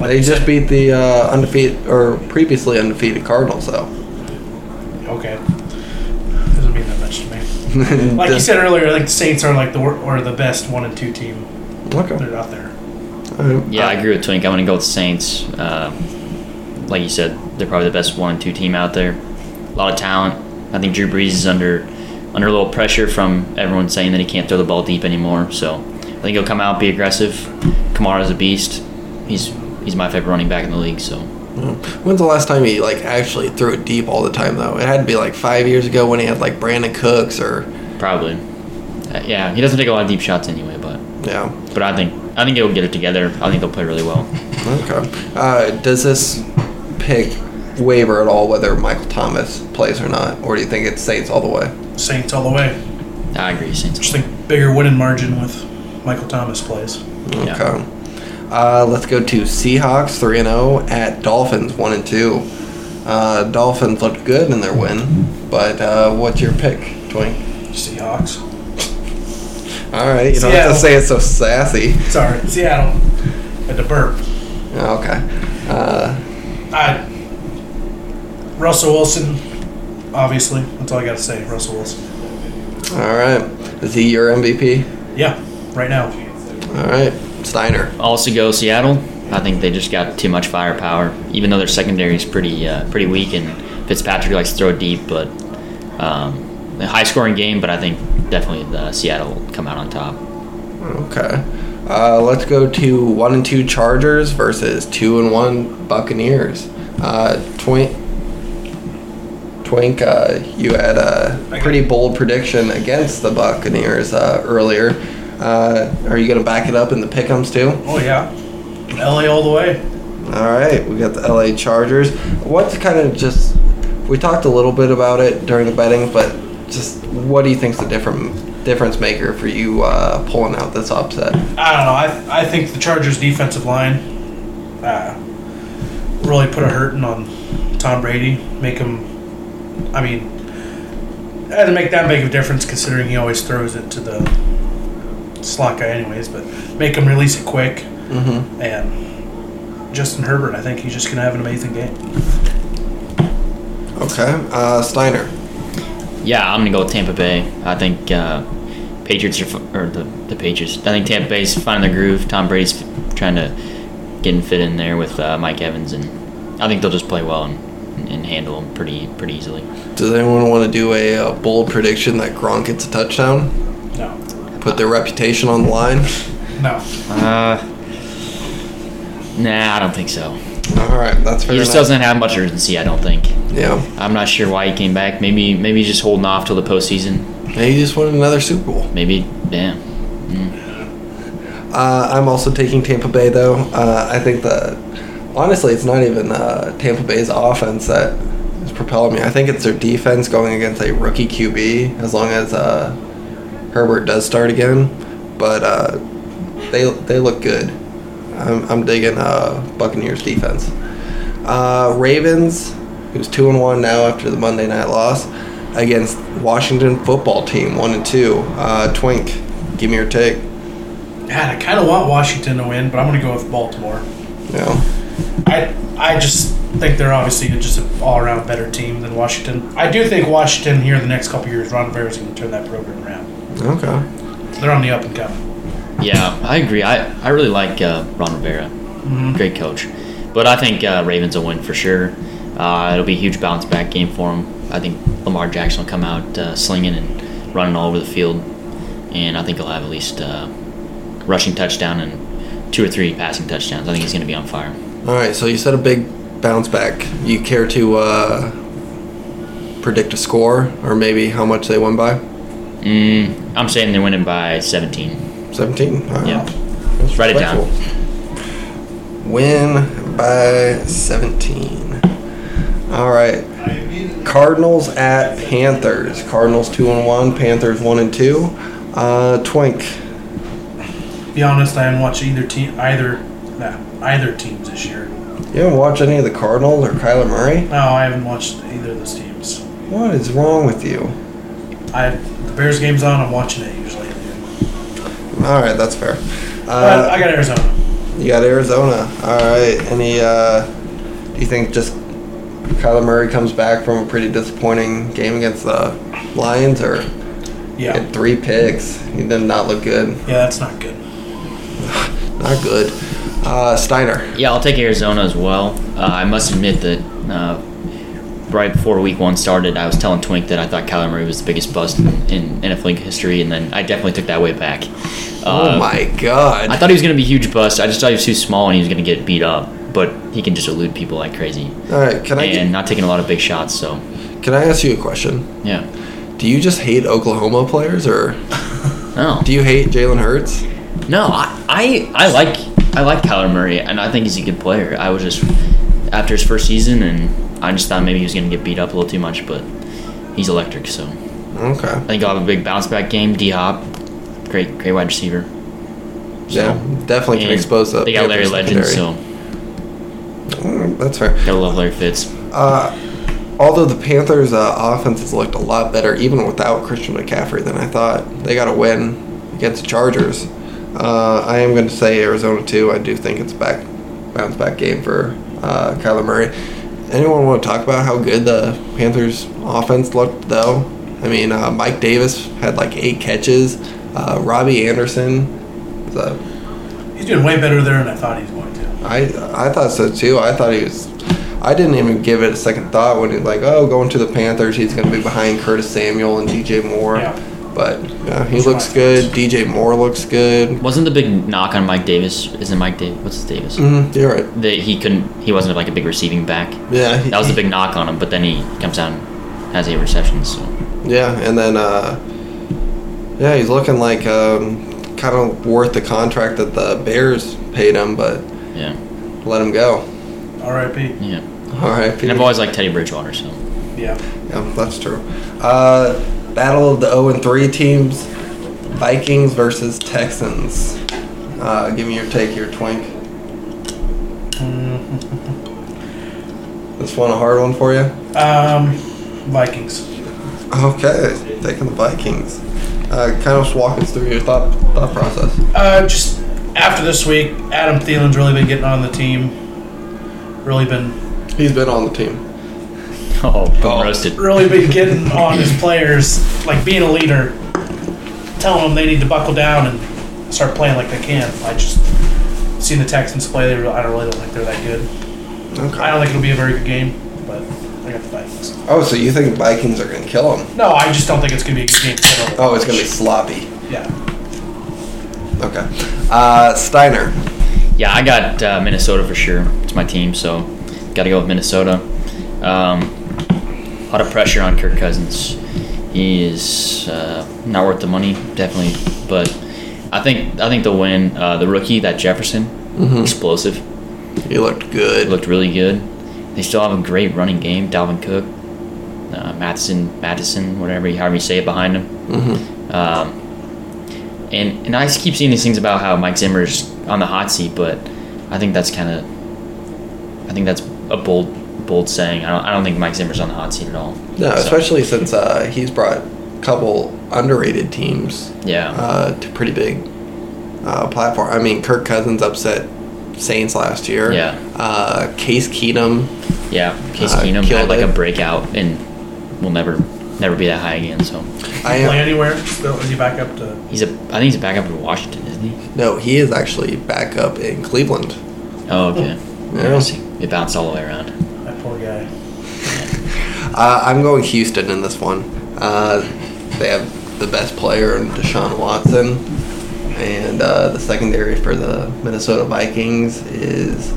B: Like
A: They
B: you
A: just
B: said-
A: beat the uh, undefeated or previously undefeated Cardinals, though.
B: okay. Doesn't mean that much to me. Like you
A: Just-
B: said earlier, I think the Saints are like the wor- or the best one and two team.
A: Okay.
B: They're out there.
A: Alright.
C: Yeah, I agree with Twink. I'm going to go with the Saints. Uh, like you said, they're probably the best one and two team out there. A lot of talent. I think Drew Brees is under under a little pressure from everyone saying that he can't throw the ball deep anymore. So I think he'll come out be aggressive. Kamara's a beast. He's he's my favorite running back in the league. So
A: When's the last time he like actually threw it deep all the time though? It had to be like five years ago when he had like Brandon Cooks or
C: probably, Uh, yeah, he doesn't take a lot of deep shots anyway. But
A: yeah.
C: but I think I think they'll get it together. I think they'll play really well.
A: Okay. Uh, does this pick waiver at all whether Michael Thomas plays or not, or do you think it's Saints all the way?
B: Saints all the way.
C: I agree, Saints.
B: Just think bigger winning margin with Michael Thomas plays.
A: Okay.
C: Yeah.
A: Uh, let's go to Seahawks three and zero at Dolphins one and two. Uh, Dolphins looked good in their win, but uh, what's your pick, Twink?
B: Seahawks.
A: All right, you don't have
B: Seattle.
A: to say it so sassy.
B: Sorry, Seattle. At the burp.
A: Okay. Uh,
B: I. Russell Wilson. Obviously, that's all I got to say. Russell Wilson.
A: all right. Is he your MVP?
B: Yeah, right now.
A: All right, Steiner.
C: Also go Seattle. I think they just got too much firepower. Even though their secondary is pretty uh, pretty weak, and Fitzpatrick likes to throw deep, but um, a high scoring game. But I think definitely the Seattle will come out on top.
A: Okay. Uh, let's go to one and two Chargers versus two and one Buccaneers. Uh, Twink, Twink, uh, you had a pretty bold prediction against the Buccaneers uh, earlier. Uh, are you going to back it up in the pickems too?
B: Oh yeah, LA all the way.
A: All right, we got the LA Chargers. What's kind of just we talked a little bit about it during the betting, but just what do you think's the different difference maker for you uh, pulling out this upset?
B: I don't know. I, I think the Chargers' defensive line uh, really put a hurting on Tom Brady. Make him, I mean, it doesn't make that big of a difference considering he always throws it to the slot guy, anyways. But make him release it quick.
A: Mm-hmm.
B: And Justin Herbert, I think he's just gonna have an amazing game.
A: Okay, uh, Steiner.
C: Yeah, I'm gonna go with Tampa Bay. I think uh, Patriots are f- or the the Patriots. I think Tampa Bay's finding their groove. Tom Brady's f- trying to getting fit in there with uh, Mike Evans, and I think they'll just play well and, and handle them pretty pretty easily.
A: Does anyone want to do a, uh bold prediction that Gronk gets a touchdown?
B: No,
A: Put their reputation on the line.
B: no.
C: Uh, nah, I don't think so.
A: All right, that's fair
C: He just
A: enough.
C: doesn't have much urgency. I don't think.
A: yeah,
C: I'm not sure why he came back. Maybe maybe he's just holding off till the postseason.
A: maybe he just won another Super Bowl.
C: Maybe damn. Mm.
A: Uh, I'm also taking Tampa Bay though. Uh, I think the honestly, it's not even uh, Tampa Bay's offense that is propelling me. I think it's their defense going against a rookie QB. As long as uh, Herbert does start again, but uh, they they look good. I'm, I'm digging uh, Buccaneers defense. Uh, Ravens, who's two and one now after the Monday night loss against Washington football team one and two. Uh, Twink, give me your take.
B: God, I kind of want Washington to win, but I'm gonna go with Baltimore.
A: Yeah.
B: I I just think they're obviously just an all around better team than Washington. I do think Washington here in the next couple years, Ron Rivera is going to turn that program around.
A: Okay.
B: They're on the up and come.
C: Yeah, I agree. I, I really like uh, Ron Rivera. Great coach. But I think uh, Ravens will win for sure. Uh, it'll be a huge bounce back game for him. I think Lamar Jackson will come out uh, slinging and running all over the field. And I think he'll have at least uh, rushing touchdown and two or three passing touchdowns. I think he's going to be on fire.
A: All right, so you said a big bounce back. You care to uh, predict a score or maybe how much they won by?
C: Mm, I'm saying they're winning by 17.
A: 17? All right.
C: Yeah.
A: That's
C: Write it down.
A: respectful. Win by 17. All right. Cardinals at Panthers. Cardinals 2 and 1, Panthers 1 and 2. Uh, Twink.
B: Be honest, I haven't watched either team either nah, either teams this year.
A: You haven't watched any of the Cardinals or Kyler Murray?
B: No, I haven't watched either of those teams.
A: What is wrong with you?
B: I the Bears game's on. I'm watching it usually.
A: All right, that's fair. Uh,
B: But I got Arizona.
A: You got Arizona. All right. Any? Uh, do you think just Kyler Murray comes back from a pretty disappointing game against the Lions, or
B: Yeah,
A: had three picks? He did not look good.
B: yeah, that's not good.
A: Not good. Uh, Steiner.
C: Yeah, I'll take Arizona as well. Uh, I must admit that uh, right before Week One started, I was telling Twink that I thought Kyler Murray was the biggest bust in, in NFL league history, and then I definitely took that way back. Uh,
A: oh my God.
C: I thought he was going to be a huge bust. I just thought he was too small and he was going to get beat up, but he can just elude people like crazy
A: All right. Can I
C: and not taking a lot of big shots. So,
A: can I ask you a question?
C: yeah.
A: Do you just hate Oklahoma players, or
C: No,
A: do you hate Jalen Hurts?
C: no, I, I, I like I like Kyler Murray, and I think he's a good player. I was just after his first season, and I just thought maybe he was going to get beat up a little too much, but he's electric. So.
A: Okay.
C: I think I'll have a big bounce back game. D Hop, great, great wide receiver.
A: Yeah, definitely can
C: And
A: expose that.
C: They got Larry Legend, so
A: Mm, that's fair.
C: gotta love Larry Fitz.
A: Uh, although the Panthers' uh, offense has looked a lot better, even without Christian McCaffrey, than I thought. They got a win against the Chargers. Uh, I am going to say Arizona too. I do think it's a back bounce back game for uh, Kyler Murray. Anyone want to talk about how good the Panthers' offense looked, though? I mean, uh, Mike Davis had like eight catches. Uh, Robbie Anderson, the
B: He's doing way better there than I thought he was going to.
A: I I thought so too. I thought he was. I didn't even give it a second thought when he's like, oh, going to the Panthers, he's going to be behind Curtis Samuel and DJ Moore.
B: Yeah.
A: But uh, he looks good. DJ Moore looks good.
C: Wasn't the big knock on Mike Davis? Isn't Mike Davis? What's his Davis?
A: Mm, you're right.
C: That he couldn't. He wasn't like a big receiving back.
A: Yeah, he-
C: That was the big knock on him. But then he comes out and has eight receptions. So
A: Yeah, and then uh, yeah, he's looking like um, kind of worth the contract that the Bears paid him, but
C: yeah,
A: let him go.
B: R.I.P.
C: yeah.
A: All right,
C: And I've always liked Teddy Bridgewater. So
B: Yeah.
A: Yeah, that's true. Uh, battle of the 0 and 3 teams Vikings versus Texans. Uh, give me your take here, Twink.
B: Mm,
A: This one a hard one for you?
B: Um, Vikings.
A: Okay, taking the Vikings. Uh, kind of just walk us through your thought thought process.
B: Uh, just after this week, Adam Thielen's really been getting on the team. Really been,
A: He's been on the team.
C: oh,
A: Oh.
C: roasted.
B: really been getting on his players, like being a leader, telling them they need to buckle down and start playing like they can. I just seen the Texans play. They, re- I don't really don't think they're that good. I
A: Okay.
B: don't think it'll be a very good game, but I got the Vikings.
A: Oh, so you think Vikings are gonna kill him?
B: No, I just don't think it's gonna be a good game. at all.
A: Oh, it's gonna be sloppy.
B: yeah.
A: Okay. Uh, Steiner.
C: Yeah, I got uh, Minnesota for sure. It's my team, so got to go with Minnesota. Um, a lot of pressure on Kirk Cousins. He is uh, not worth the money, definitely. But I think I think they'll win. Uh, the rookie, that Jefferson,
A: Hmm.
C: explosive,
A: Mm-hmm. He looked good.
C: looked really good. They still have a great running game. Dalvin Cook, uh, Matheson, Madison, whatever, however you say it behind him.
A: Mm-hmm.
C: Um, and and I just keep seeing these things about how Mike Zimmer's on the hot seat, but I think that's kind of, I think that's a bold bold saying. I don't, I don't think Mike Zimmer's on the hot seat at all.
A: No,
C: So,
A: especially since uh, he's brought a couple underrated teams
C: yeah,
A: uh, to pretty big uh, platform. I mean, Kirk Cousins upset Saints last year.
C: Yeah.
A: Uh, Case Keenum.
C: yeah. Case
A: uh,
C: Keenum
A: killed
C: had like
A: it.
C: a breakout and will never never be that high again. So
A: I
B: Play
A: am,
B: anywhere? Still, is he back up to?
C: he's a, I think he's a backup in Washington, isn't he?
A: no, he is actually back up in Cleveland.
C: Oh, okay.
A: Yeah.
C: Interesting. It bounced all the way around.
B: That poor guy.
A: Uh, I'm going Houston in this one. Uh, they have the best player in Deshaun Watson, and uh, the secondary for the Minnesota Vikings is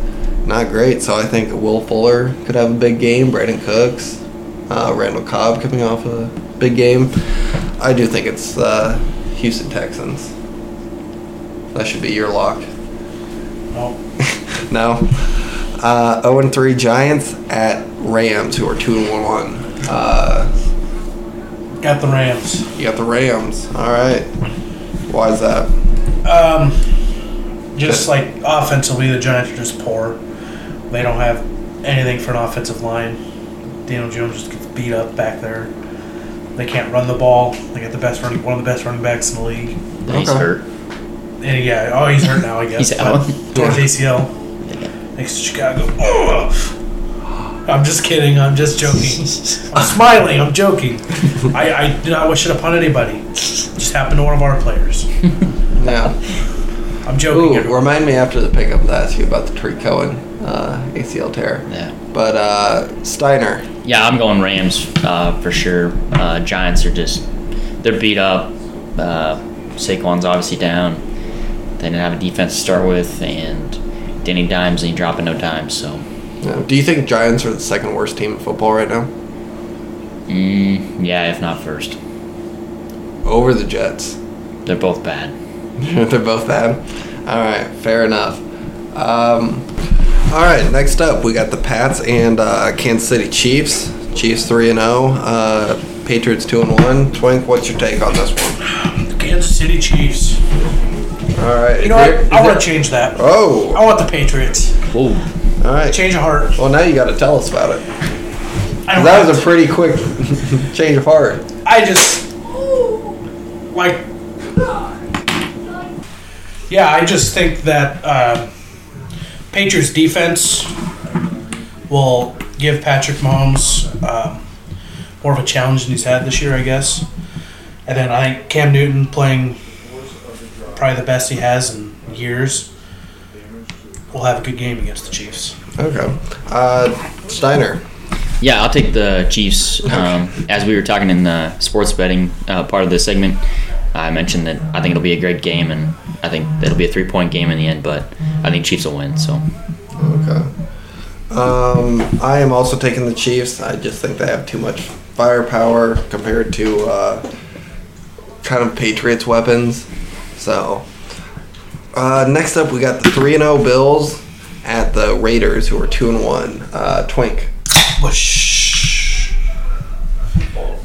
A: not great. So I think Will Fuller could have a big game. Brandon Cooks, uh, Randall Cobb coming off a big game. I do think it's uh, Houston Texans. That should be your lock.
B: No.
A: No. Uh, 0 and 3 Giants at Rams, who are 2 and 1 1. Uh,
B: Got the Rams.
A: You got the Rams. All right. Why is that?
B: Um, just like offensively, the Giants are just poor. They don't have anything for an offensive line. Daniel Jones just gets beat up back there. They can't run the ball. They got the best running, one of the best running backs in the league.
C: And He's
A: Okay.
C: hurt.
B: And yeah, oh, he's hurt now, I guess.
C: He's
B: but-
C: out.
B: Torn ACL. Next to Chicago. Oh, I'm just kidding. I'm just joking. I'm smiling. I'm joking. I, I do not wish it upon anybody. Just happened to one of our players.
A: No.
B: I'm joking.
A: Ooh,
B: everyone.
A: remind me after the pickup to ask you about the Tariq Cohen uh, ACL tear.
C: Yeah.
A: But uh, Steiner.
C: Yeah, I'm going Rams uh, for sure. Uh, Giants are just they're beat up. Uh, Saquon's obviously down. They didn't have a defense to start with, and Danny Dimes ain't dropping no dimes. So,
A: No. Do you think Giants are the second worst team in football right now?
C: mm, yeah, if not first,
A: Over the Jets.
C: they're both bad.
A: They're both bad. All right, fair enough. Um, all right, next up we got the Pats and uh, Kansas City Chiefs. Chiefs three and zero. Uh, Patriots two and one. Twink, what's your take on this one?
B: Kansas City Chiefs.
A: All right.
B: You know what? I want to change that.
A: Oh.
B: I want the Patriots.
C: Whoa,
A: All right.
B: Change of heart.
A: Well, now you got to tell us about it.
B: I don't
A: That
B: have
A: was a
B: to.
A: pretty quick change of heart.
B: I just like. Yeah, I just think that uh, Patriots defense will give Patrick Mahomes um, more of a challenge than he's had this year, I guess. And then I think Cam Newton playing probably the best he has in years will have a good game against the Chiefs.
A: Okay. Uh, Steiner.
C: Yeah, I'll take the Chiefs. Um, as we were talking in the sports betting uh, part of the segment, I mentioned that I think it'll be a great game, and I think it'll be a three-point game in the end. But I think Chiefs will win. So
A: Okay. Um, I am also taking the Chiefs. I just think they have too much firepower compared to uh, kind of Patriots weapons. So, uh, next up, we got the 3 and 0 Bills at the Raiders, who are 2 and 1. Uh, Twink.
B: Whoosh.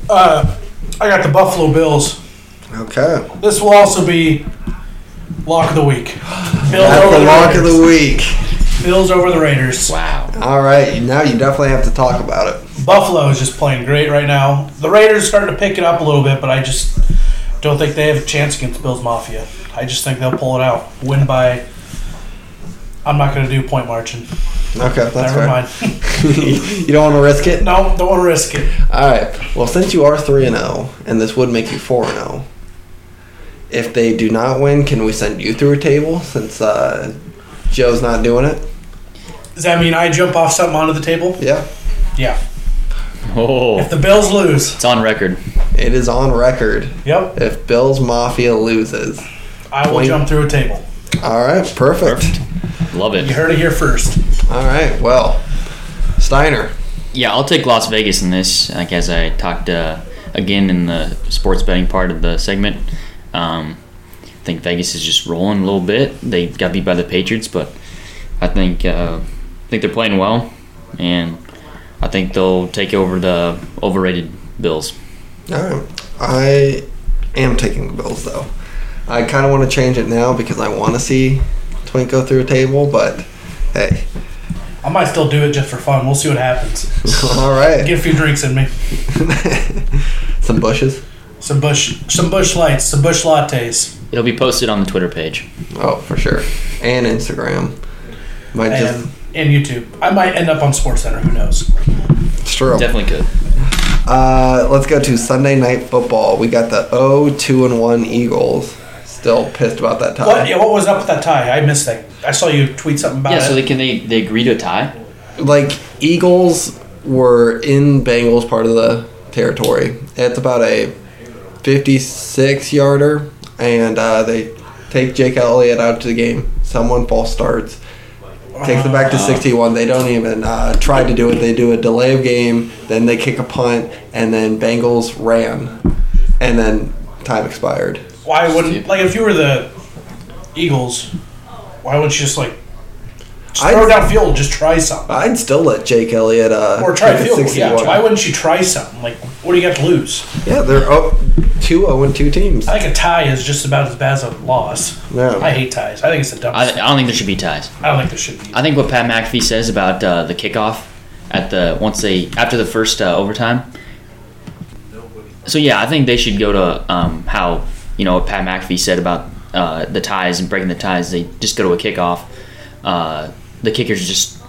B: Uh, I got the Buffalo Bills.
A: Okay.
B: This will also be lock of the week. Bills
A: That's
B: over
A: the
B: the
A: lock of
B: Raiders.
A: the week.
B: Bills over the Raiders.
C: wow,
A: All right. Now you definitely have to talk about it.
B: Buffalo is just playing great right now. The Raiders starting to pick it up a little bit, but I just don't think they have a chance against Bills Mafia. I just think they'll pull it out. Win by. I'm not going to do point margin.
A: Okay. That's
B: Never
A: fair.
B: mind.
A: you don't want to risk it?
B: no, don't want to risk it.
A: All right. Well, since you are three and zero, and this would make you four and zero. If they do not win, can we send you through a table since uh, Joe's not doing it?
B: Does that mean I jump off something onto the table?
A: Yeah,
B: Yeah. If
C: oh,
B: the Bills lose,
C: it's on record.
A: it is on record.
B: yep,
A: If Bills Mafia loses,
B: I will
A: Point.
B: jump through a table.
A: all right, perfect.
C: Love
B: You
C: it.
B: heard it here first.
A: All right, well, Steiner.
C: Yeah, I'll take Las Vegas in this. Like as I talked uh, again in the sports betting part of the segment, um, I think Vegas is just rolling a little bit. They got beat by the Patriots, but I think uh, I think they're playing well, and I think they'll take over the overrated Bills.
A: All right, I am taking the Bills though. I kind of want to change it now because I want to see Twink go through a table, but hey,
B: I might still do it just for fun. We'll see what happens.
A: all right.
B: Get a few drinks in me.
A: Some bushes.
B: Some bush, some bush lights, some bush lattes.
C: It'll be posted on the Twitter page.
A: Oh, for sure. And Instagram. Might
B: and, and YouTube. I might end up on Sports Center. Who knows?
A: just true.
C: Definitely could.
A: Uh, let's go to Sunday night football. We got the 0 2 and 1 Eagles. Still pissed about that tie.
B: What? Yeah. What was up with that tie? I missed that. I saw you tweet something about
C: Yeah,
B: it.
C: so they can they they agree to a tie.
A: Like Eagles were in Bengals part of the territory. It's about a 56 yarder and uh, they take Jake Elliott out to the game. Someone false starts. Takes it back
B: Ah.
A: to 61. They don't even uh, try to do it. They do a delay of game, then they kick a punt, and then Bengals ran, and then time expired.
B: Uh, why wouldn't like if you were the Eagles? Why wouldn't you just like just
A: I'd-
B: throw downfield? Just try something.
A: I'd still let Jake Elliott uh,
B: Or try
A: kick a
B: field goal. Yeah.
A: 61.
B: Why wouldn't you try something? Like, what do you got to lose?
A: Yeah, they're oh, two 0 and two teams.
B: I think a tie is just about as bad as a loss.
A: Yeah.
B: I hate ties. I think it's the
C: I,
B: dumbest.
C: I don't think there should be ties.
B: I don't think there should be.
C: I think what Pat McAfee says about uh, the kickoff at the once they after the first uh, overtime. So yeah, I think they should go to um, how you know what Pat McAfee said about uh, the ties and breaking the ties. They just go to a kickoff. Uh, the kickers just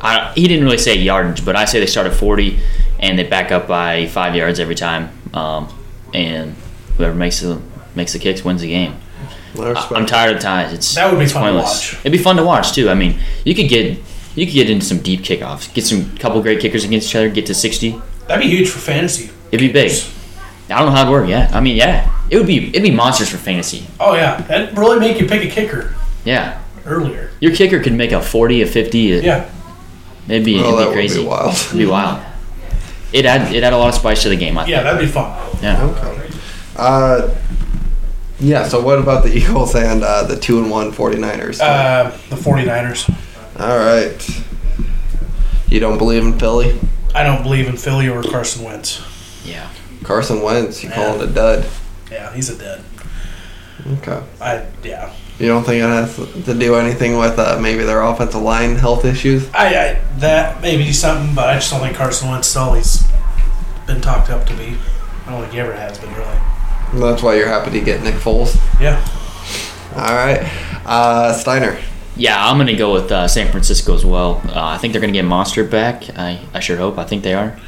C: I, he didn't really say yardage, but I say they start at forty and they back up by five yards every time. Um, and whoever makes the makes the kicks wins the game.
A: I
C: I-
A: respect
C: I'm tired of ties. It's
B: That would be
C: it's
B: fun to
C: pointless.
B: watch.
C: It'd be fun to watch too. I mean, you could get you could get into some deep kickoffs, get some couple great kickers against each other, get to sixty.
B: That'd be huge for fantasy.
C: It'd be big. I don't know how it'd work. Yeah, I mean, yeah, it would be it'd be monsters for fantasy.
B: Oh yeah, that'd really make you pick a kicker
C: Yeah,
B: earlier.
C: your kicker could make a forty, a fifty. It,
B: Yeah,
C: it'd be
A: it. Oh,
C: it'd
A: that
C: be crazy.
A: would be wild.
C: It'd be wild. It add it add a lot of spice to the game. I think.
B: yeah, that'd be fun.
C: Yeah.
A: Okay. Uh, yeah. So what about the Eagles and uh, the two and one 49ers?
B: Uh, the 49ers.
A: All right. You don't believe in Philly?
B: I don't believe in Philly or Carson Wentz.
C: Yeah.
A: Carson Wentz, you call
B: Yeah.
A: it a dud.
B: Yeah, he's a dead.
A: Okay.
B: I yeah.
A: You don't think it has to do anything with uh, maybe their offensive line health issues?
B: I, I that may be something, but I just don't think Carson Wentz is all he's been talked up to be. I don't think he ever has been really.
A: And that's why you're happy to get Nick Foles.
B: Yeah,
A: All right. Uh, Steiner.
C: Yeah, I'm gonna go with uh, San Francisco as well. Uh, I think they're gonna get Monster back. I, I sure hope. I think they are.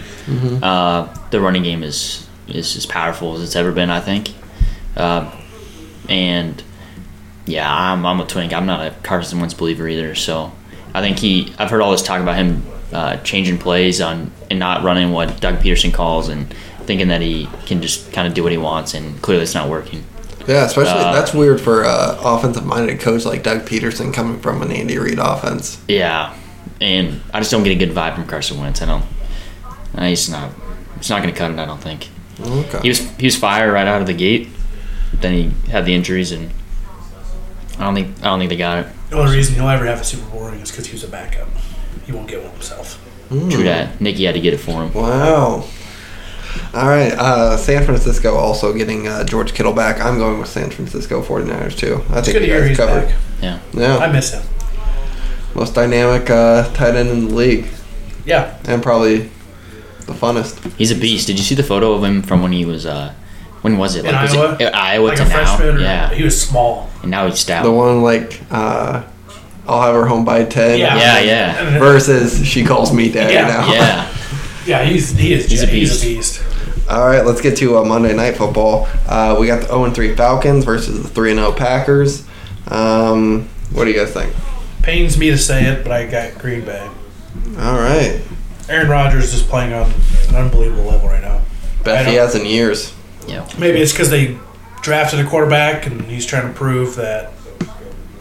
C: Uh, the running game is is as powerful as it's ever been. I think. Uh, and yeah, I'm, I'm a twink. I'm not a Carson Wentz believer either. So I think he. I've heard all this talk about him uh, changing plays on and not running what Doug Peterson calls and thinking that he can just kind of do what he wants, and clearly it's not working.
A: Yeah, especially
C: Uh,
A: that's weird for uh, offensive-minded coach like Doug Peterson coming from an Andy Reid offense.
C: Yeah, and I just don't get a good vibe from Carson Wentz. I don't. Uh, he's not. He's not going to cut it. I don't think. He
A: Okay.
C: was he was fired right out of the gate. Then he had the injuries, and I don't think I don't think they got it.
B: The only reason he'll ever have a Super Bowl ring is because he was a backup. He won't get one himself.
A: Hmm.
C: True that. Nikki had to get it for him.
A: Wow. All right, uh, San Francisco also getting uh, George Kittle back. I'm going with San Francisco 49ers too. I
B: It's
A: think
B: good to
A: you
B: hear
A: guys
B: he's
A: covered.
B: back.
C: Yeah.
A: Yeah,
B: I miss him.
A: most dynamic uh, tight end in the league,
B: Yeah.
A: and probably the funnest.
C: He's a beast. Did you see the photo of him from when he was uh when was it?
B: In
C: was
B: Iowa?
C: It, uh, Iowa
B: Like
C: to
B: a
C: now.
B: freshman. Or,
C: yeah.
B: He was small.
C: And now he's stout.
A: The one like uh, I'll have her home by ten.
B: Yeah.
C: Yeah, yeah.
A: Versus she calls me daddy
B: Yeah.
A: now.
C: Yeah.
B: Yeah, he's he is
C: He's a
B: He's
C: beast.
B: a beast.
A: All right, let's get to uh, Monday Night Football. Uh, we got the 0 3 Falcons versus the 3 0 Packers. Um, what do you guys think?
B: Pains me to say it, but I got Green Bay.
A: All right.
B: Aaron Rodgers is playing on an unbelievable level right now. I
A: Best
B: don't-
A: he has in years.
C: Yeah.
B: Maybe it's because they drafted a quarterback and he's trying to prove that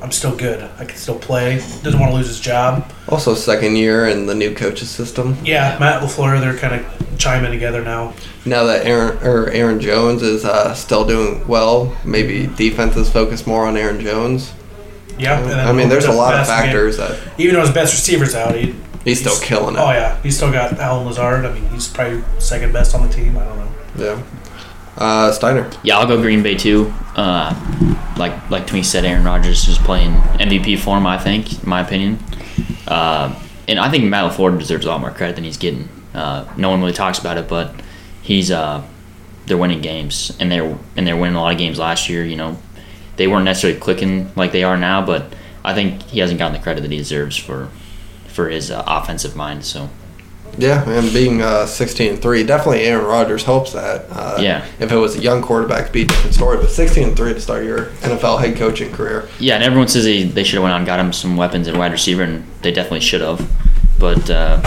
B: I'm still good. I can still play. Doesn't want to lose his job.
A: Also, second year in the new coaches system.
B: Yeah, Matt LaFleur, they're kind of chiming together now.
A: Now that Aaron or Aaron Jones is uh, still doing well, maybe defenses focus more on Aaron Jones.
B: Yeah. and then
A: I mean, there's a
B: his
A: lot of
B: best game-
A: factors that
B: even though his best receiver's out, he,
A: he's still killing it.
B: oh, yeah. He's still got Alan Lazard. I mean, he's probably second best on the team. I don't know.
A: Yeah. Uh, Steiner.
C: Yeah, I'll go Green Bay too. Uh, like like Tony said, Aaron Rodgers is playing MVP form. I think, in my opinion, uh, and I think Matt Lafleur deserves a lot more credit than he's getting. Uh, no one really talks about it, but he's uh, they're winning games, and they're and they're winning a lot of games last year. You know, they weren't necessarily clicking like they are now, but I think he hasn't gotten the credit that he deserves for for his uh, offensive mind. So
A: Yeah, and being uh, 16-3, definitely Aaron Rodgers helps that. Uh,
C: Yeah.
A: If it was a young quarterback, it'd be a different story. But 16-3 to start your NFL head coaching career.
C: Yeah, and everyone says they, they should have went out and got him some weapons and wide receiver, and they definitely should have. But uh,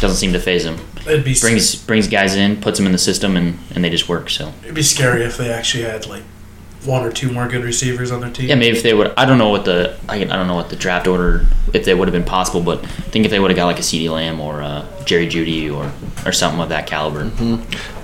C: doesn't seem to phase him.
B: It'd be
C: Brings brings guys in, puts them in the system, and, and they just work. So
B: It'd be scary if they actually had like one or two more good receivers on their team.
C: yeah, maybe if they would, I don't know what the I, I don't know what the draft order if they would have been possible, but I think if they would have got like a Ceedee Lamb or uh, Jerry Judy or or something of that caliber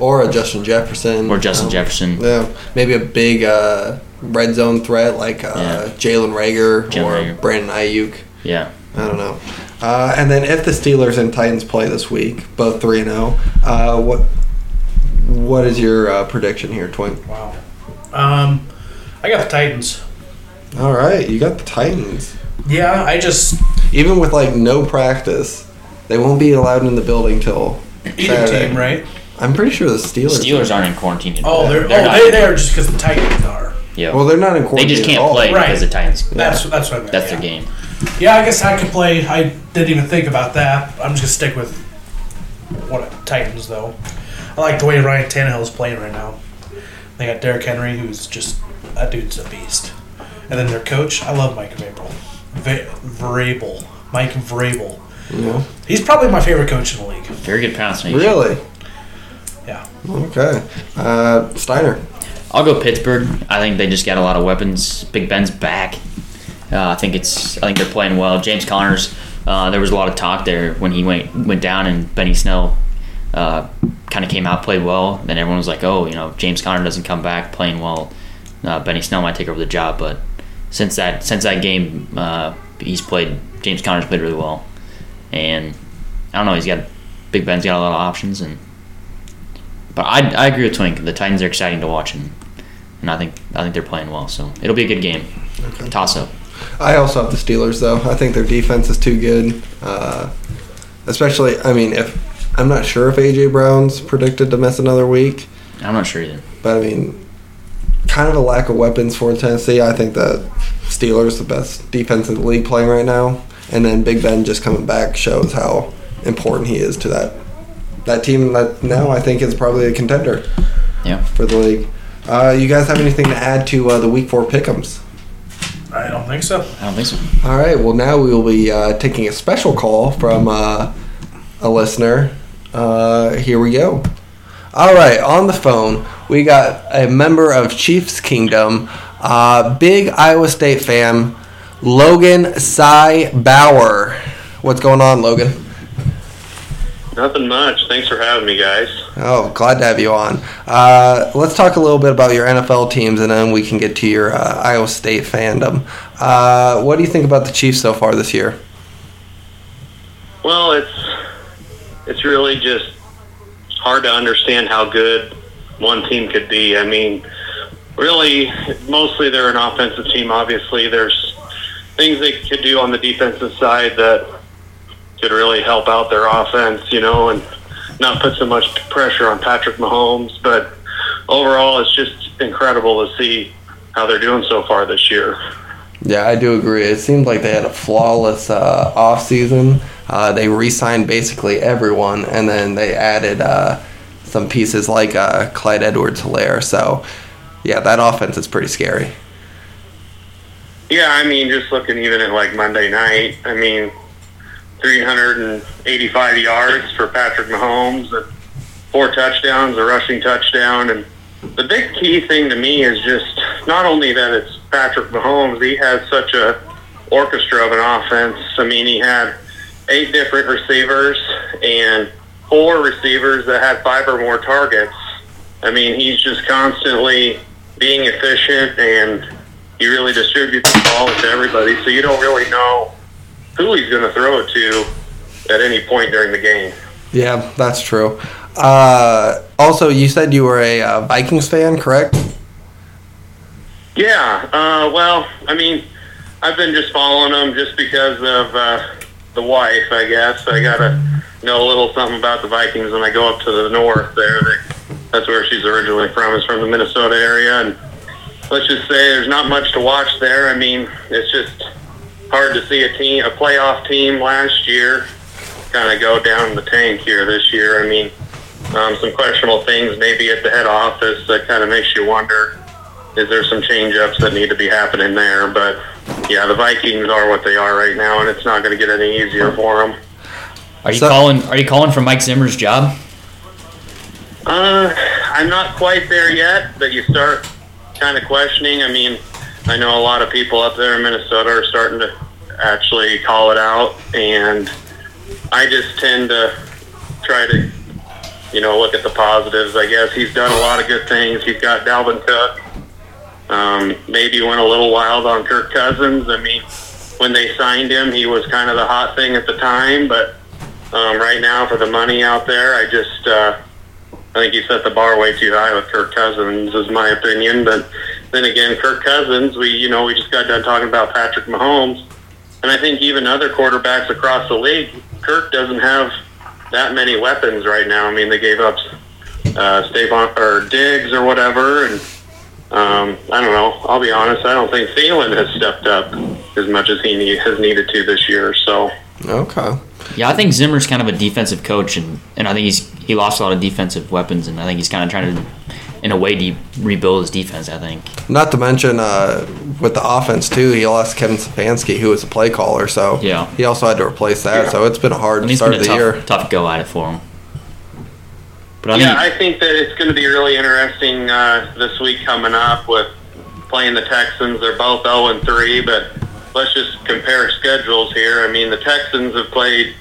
A: Or a Justin Jefferson.
C: or Justin
A: Um,
C: Jefferson,
A: Yeah, maybe a big uh, red zone threat like uh,
C: Yeah.
A: Jalen Rager
C: Jalen
A: or
C: Reagor.
A: Brandon Ayuk.
C: yeah,
A: I don't know. Uh, and then if the Steelers and Titans play this week, both 3-0, uh, what what is your uh, prediction here, Twin?
B: Wow. Um, I got the Titans.
A: All right, you got the Titans.
B: Yeah, I just
A: even with like no practice, they won't be allowed in the building till
B: either
A: Saturday.
B: team, right?
A: I'm pretty sure the Steelers.
C: Steelers aren't in quarantine.
B: Oh, they're,
C: They're
B: oh
C: not.
B: they're there just because the Titans are.
C: yeah,
A: Well, they're not in
C: they
A: quarantine.
C: just
A: at
C: can't
A: all.
C: play
B: Right.
C: because the Titans.
B: That's that's what I meant.
C: That's
B: yeah.
C: their game.
B: Yeah, I guess I could play. I didn't even think about that. I'm just gonna stick with what Titans though. I like the way Ryan Tannehill is playing right now. They got Derrick Henry, who's just that dude's a beast. And then their coach, I love Mike Vrabel. Va- Vrabel, Mike Vrabel.
A: Yeah.
B: He's probably my favorite coach in the league.
C: Very good pronunciation.
A: Really?
B: Yeah.
A: Okay. Uh, Steiner.
C: I'll go Pittsburgh. I think they just got a lot of weapons. Big Ben's back. Uh, I think it's. I think they're playing well. James Connors. Uh, there was a lot of talk there when he went went down, and Benny Snell uh, kind of came out, played well. Then everyone was like, "Oh, you know, James Connor doesn't come back playing well. Uh, Benny Snell might take over the job." But since that since that game, uh, he's played. James Connor's played really well, and I don't know. He's got Big Ben's got a lot of options, and but I, I agree with Twink. The Titans are exciting to watch, and, and I think I think they're playing well. So it'll be a good game. Toss up.
A: I also have the Steelers though. I think their defense is too good. Uh, especially, I mean, if I'm not sure if AJ Brown's predicted to miss another week,
C: I'm not sure either.
A: but I mean, kind of a lack of weapons for Tennessee. I think that Steelers the best defense in the league playing right now, and then Big Ben just coming back shows how important he is to that that team that now I think is probably a contender
C: Yeah.
A: for the league. Uh, you guys have anything to add to uh, the Week Four Pick'ems?
B: I don't think so.
C: I don't think so.
A: All right. Well, now we will be uh, taking a special call from uh, a listener. Uh, here we go. All right, on the phone, we got a member of Chiefs Kingdom, uh, big Iowa State fan, Logan Cy Bauer. What's going on, Logan?
D: Nothing much. Thanks for having me, guys.
A: Oh, glad to have you on. Uh, let's talk a little bit about your NFL teams, and then we can get to your uh, Iowa State fandom. Uh, what do you think about the Chiefs so far this year?
D: Well, it's it's really just hard to understand how good one team could be. I mean, really, mostly they're an offensive team. Obviously, there's things they could do on the defensive side that could really help out their offense, you know, and not put so much pressure on Patrick Mahomes. But overall, it's just incredible to see how they're doing so far this year.
A: Yeah, I do agree. It seemed like they had a flawless uh, offseason. Uh, they re signed basically everyone, and then they added uh, some pieces like uh, Clyde Edwards Hilaire. So, yeah, that offense is pretty scary.
D: Yeah, I mean, just looking even at like Monday night, I mean, 385 yards for Patrick Mahomes and four touchdowns, a rushing touchdown. And the big key thing to me is just not only that it's Patrick Mahomes, he has such a orchestra of an offense. I mean, he had eight different receivers and four receivers that had five or more targets. I mean, he's just constantly being efficient and he really distributes the ball to everybody. So you don't really know who he's going to throw it to at any point during the game.
A: Yeah, that's true. Uh, also, you said you were a uh, Vikings fan, correct?
D: Yeah, uh, well, I mean, I've been just following them just because of uh, the wife, I guess. I gotta know a little something about the Vikings when I go up to the north there. They, that's where she's originally from, is from the Minnesota area. And let's just say there's not much to watch there. I mean, it's just hard to see a team, a playoff team last year, kind of go down the tank here this year. I mean, um, some questionable things maybe at the head office that kind of makes you wonder is there some change ups that need to be happening there? But yeah, the Vikings are what they are right now, and it's not going to get any easier for them.
C: Are you
A: So-
C: calling? Are you calling for Mike Zimmer's job?
D: Uh, I'm not quite there yet, but you start kind of questioning. I mean, I know a lot of people up there in Minnesota are starting to actually call it out, and I just tend to try to, you know, look at the positives. I guess he's done a lot of good things. He's got Dalvin Cook. Um, maybe went a little wild on Kirk Cousins. I mean, when they signed him, he was kind of the hot thing at the time, but um, right now for the money out there, I just. Uh, I think you set the bar way too high with Kirk Cousins, is my opinion. But then again, Kirk Cousins, we you know we just got done talking about Patrick Mahomes, and I think even other quarterbacks across the league, Kirk doesn't have that many weapons right now. I mean, they gave up uh, Stephon or Diggs or whatever, and um, I don't know. I'll be honest, I don't think Thielen has stepped up as much as he need, has needed to this year. So.
A: Okay.
C: Yeah, I think Zimmer's kind of a defensive coach, and, and I think he's he lost a lot of defensive weapons, and I think he's kind of trying to, in a way, de- rebuild his defense. I think.
A: Not to mention uh, with the offense too, he lost Kevin Stefanski, who was a play caller. So
C: Yeah.
A: he also had to replace that. So it's been a hard
C: I mean, it's
A: start
C: been
A: of
C: a
A: the year.
C: tough, tough go at it for him. But I
D: yeah,
C: think
D: I think that it's going to be really interesting uh, this week coming up with playing the Texans. They're both 0 and 3, but let's just compare schedules here. I mean, the Texans have played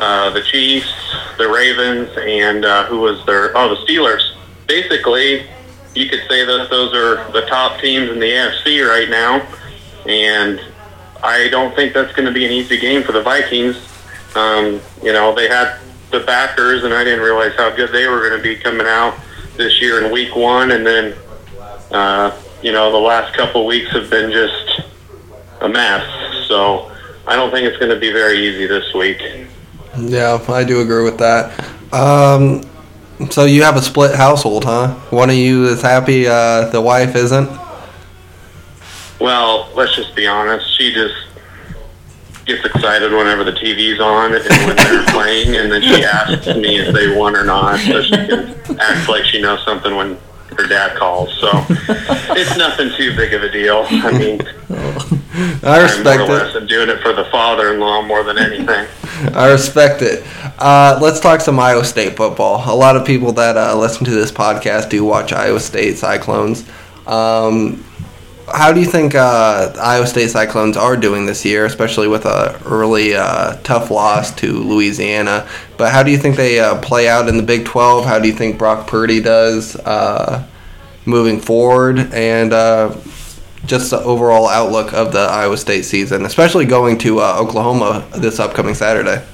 D: uh, the Chiefs, the Ravens, and uh, who was their? Oh, the Steelers. Basically, you could say that those are the top teams in the AFC right now, and I don't think that's going to be an easy game for the Vikings. Um, you know, they had the backers, and I didn't realize how good they were going to be coming out this year in Week One, and then uh, you know the last couple weeks have been just a mess. So I don't think it's going to be very easy this week.
A: Yeah, I do agree with that. Um, so you have a split household, huh? One of you is happy, uh, the wife isn't.
D: Well, let's just be honest. She just gets excited whenever the TV's on and when they're playing, and then she asks me if they won or not, so she can act like she knows something when her dad calls. So it's nothing too big of a deal. I mean,
A: I
D: I'm more
A: respect
D: or
A: it.
D: less doing it for the father-in-law more than anything.
A: I respect it. Uh, let's talk some Iowa State football. A lot of people that uh, listen to this podcast do watch Iowa State Cyclones. Um, how do you think uh, Iowa State Cyclones are doing this year, especially with a early uh, tough loss to Louisiana? But how do you think they uh, play out in the Big 12? How do you think Brock Purdy does uh, moving forward, and uh, just the overall outlook of the Iowa State season, especially going to uh, Oklahoma this upcoming Saturday?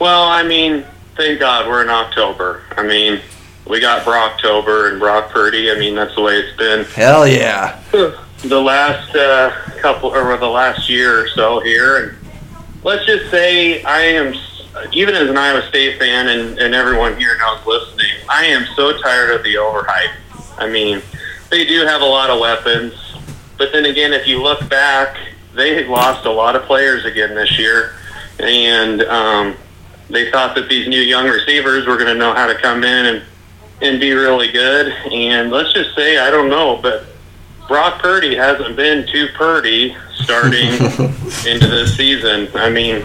D: Well, I mean, thank God we're in October. I mean, we got Brocktober and Brock Purdy. I mean, that's the way it's been
A: Hell yeah!
D: the last uh, couple or the last year or so here, and let's just say I am, s- even as an Iowa State fan, and, and everyone here knows listening, I am so tired of the overhype. I mean, they do have a lot of weapons, but then again, if you look back, they had lost a lot of players again this year, and um, they thought that these new young receivers were going to know how to come in and and be really good. And let's just say I don't know, but Brock Purdy hasn't been too Purdy starting into this season. I mean,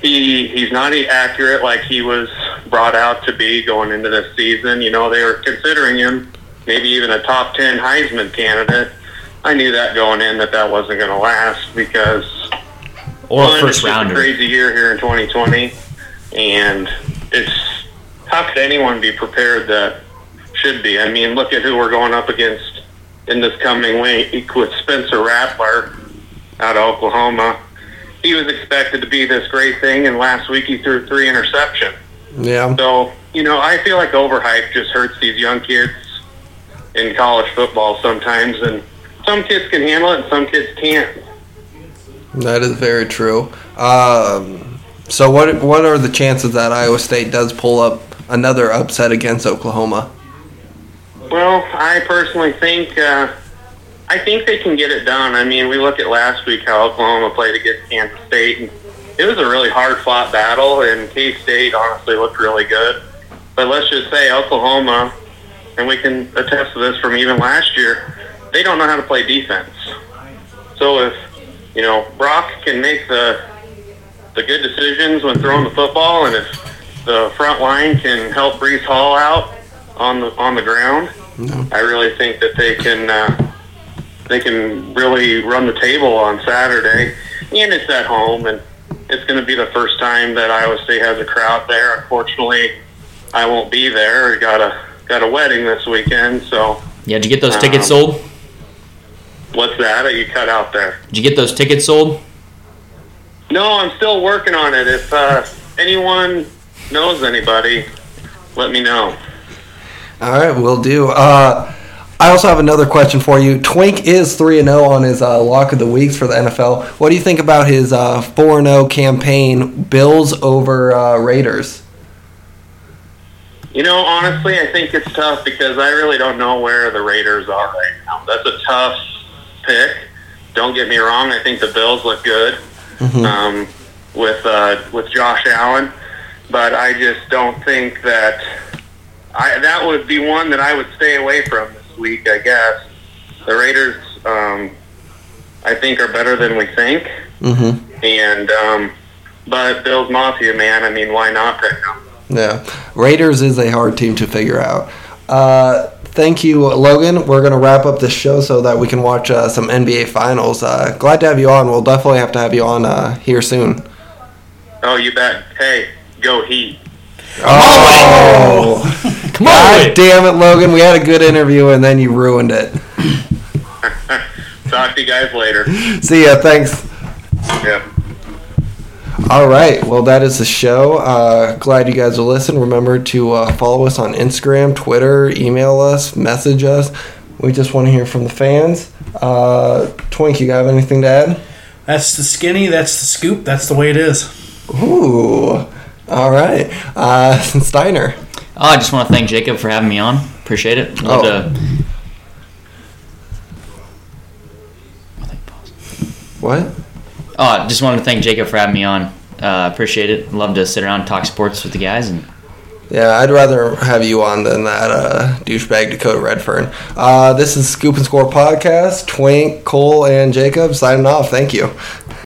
D: he he's not accurate like he was brought out to be going into this season. You know, they were considering him maybe even a top ten Heisman candidate. I knew that going in that that wasn't going to last because
C: Or
D: one,
C: a
D: it's
C: first
D: just A
C: rounder.
D: crazy year here in 2020, and it's how could anyone be prepared that should be? I mean, look at who we're going up against in this coming week with Spencer Rattler out of Oklahoma. He was expected to be this great thing, and last week he threw three interceptions.
A: Yeah.
D: So, you know, I feel like overhype just hurts these young kids in college football sometimes, and some kids can handle it and some kids can't.
A: That is very true. Um, so what what are the chances that Iowa State does pull up another upset against Oklahoma?
D: Well, I personally think uh, I think they can get it done. I mean, we look at last week how Oklahoma played against Kansas State, and it was a really hard fought battle. And K State honestly looked really good, but let's just say Oklahoma, and we can attest to this from even last year, they don't know how to play defense. So if you know Brock can make the the good decisions when throwing the football, and if the front line can help Brees Hall out on the on the ground, I really think that they can uh, they can really run the table on Saturday, and it's at home, and it's going to be the first time that Iowa State has a crowd there. Unfortunately, I won't be there. I got a got a wedding this weekend, so
C: Yeah, did you get those tickets
D: Um,
C: sold?
D: what's that? Are you cut out there?
C: Did you get those tickets sold?
D: No, I'm still working on it. If uh, anyone knows anybody, let me know.
A: All right, we'll do. Uh, I also have another question for you. Twink is three and zero on his uh, lock of the weeks for the NFL. What do you think about his uh, four and zero campaign? Bills over uh, Raiders.
D: You know, honestly, I think it's tough because I really don't know where the Raiders are right now. That's a tough pick. Don't get me wrong. I think the Bills look good
A: Hmm.
D: um, with uh, with Josh Allen, but I just don't think that I that would be one that I would stay away from this week. I guess the Raiders, um, I think, are better than we think,
A: Mm-hmm.
D: and um, but Bills Mafia, man. I mean, why not pick them?
A: Yeah, Raiders is a hard team to figure out. Uh, thank you, Logan. We're gonna wrap up this show so that we can watch uh, some NBA finals. Uh, glad to have you on. We'll definitely have to have you on uh, here soon.
D: Oh, you bet. Hey, go Heat.
A: Oh,
C: Come
A: God
C: on!
A: damn it, Logan! We had a good interview and then you ruined it.
D: Talk to you guys later.
A: See ya. Thanks.
D: Yeah.
A: All right. Well, that is the show. Uh, glad you guys will listen. Remember to uh, follow us on Instagram, Twitter, email us, message us. We just want to hear from the fans. Uh, Twink, you got anything to add?
B: That's the skinny. That's the scoop. That's the way it is.
A: Ooh. All right. Uh, Steiner.
C: Oh, I just want to thank Jacob for having me on. Appreciate it. Love
A: Oh.
C: to-
A: What?
C: Oh, I just wanted to thank Jacob for having me on. Uh, appreciate it. Love to sit around and talk sports with the guys. And
A: Yeah, I'd rather have you on than that uh, douchebag Dakota Redfern. Uh, this is Scoop and Score Podcast. Twink, Cole, and Jacob signing off. Thank you.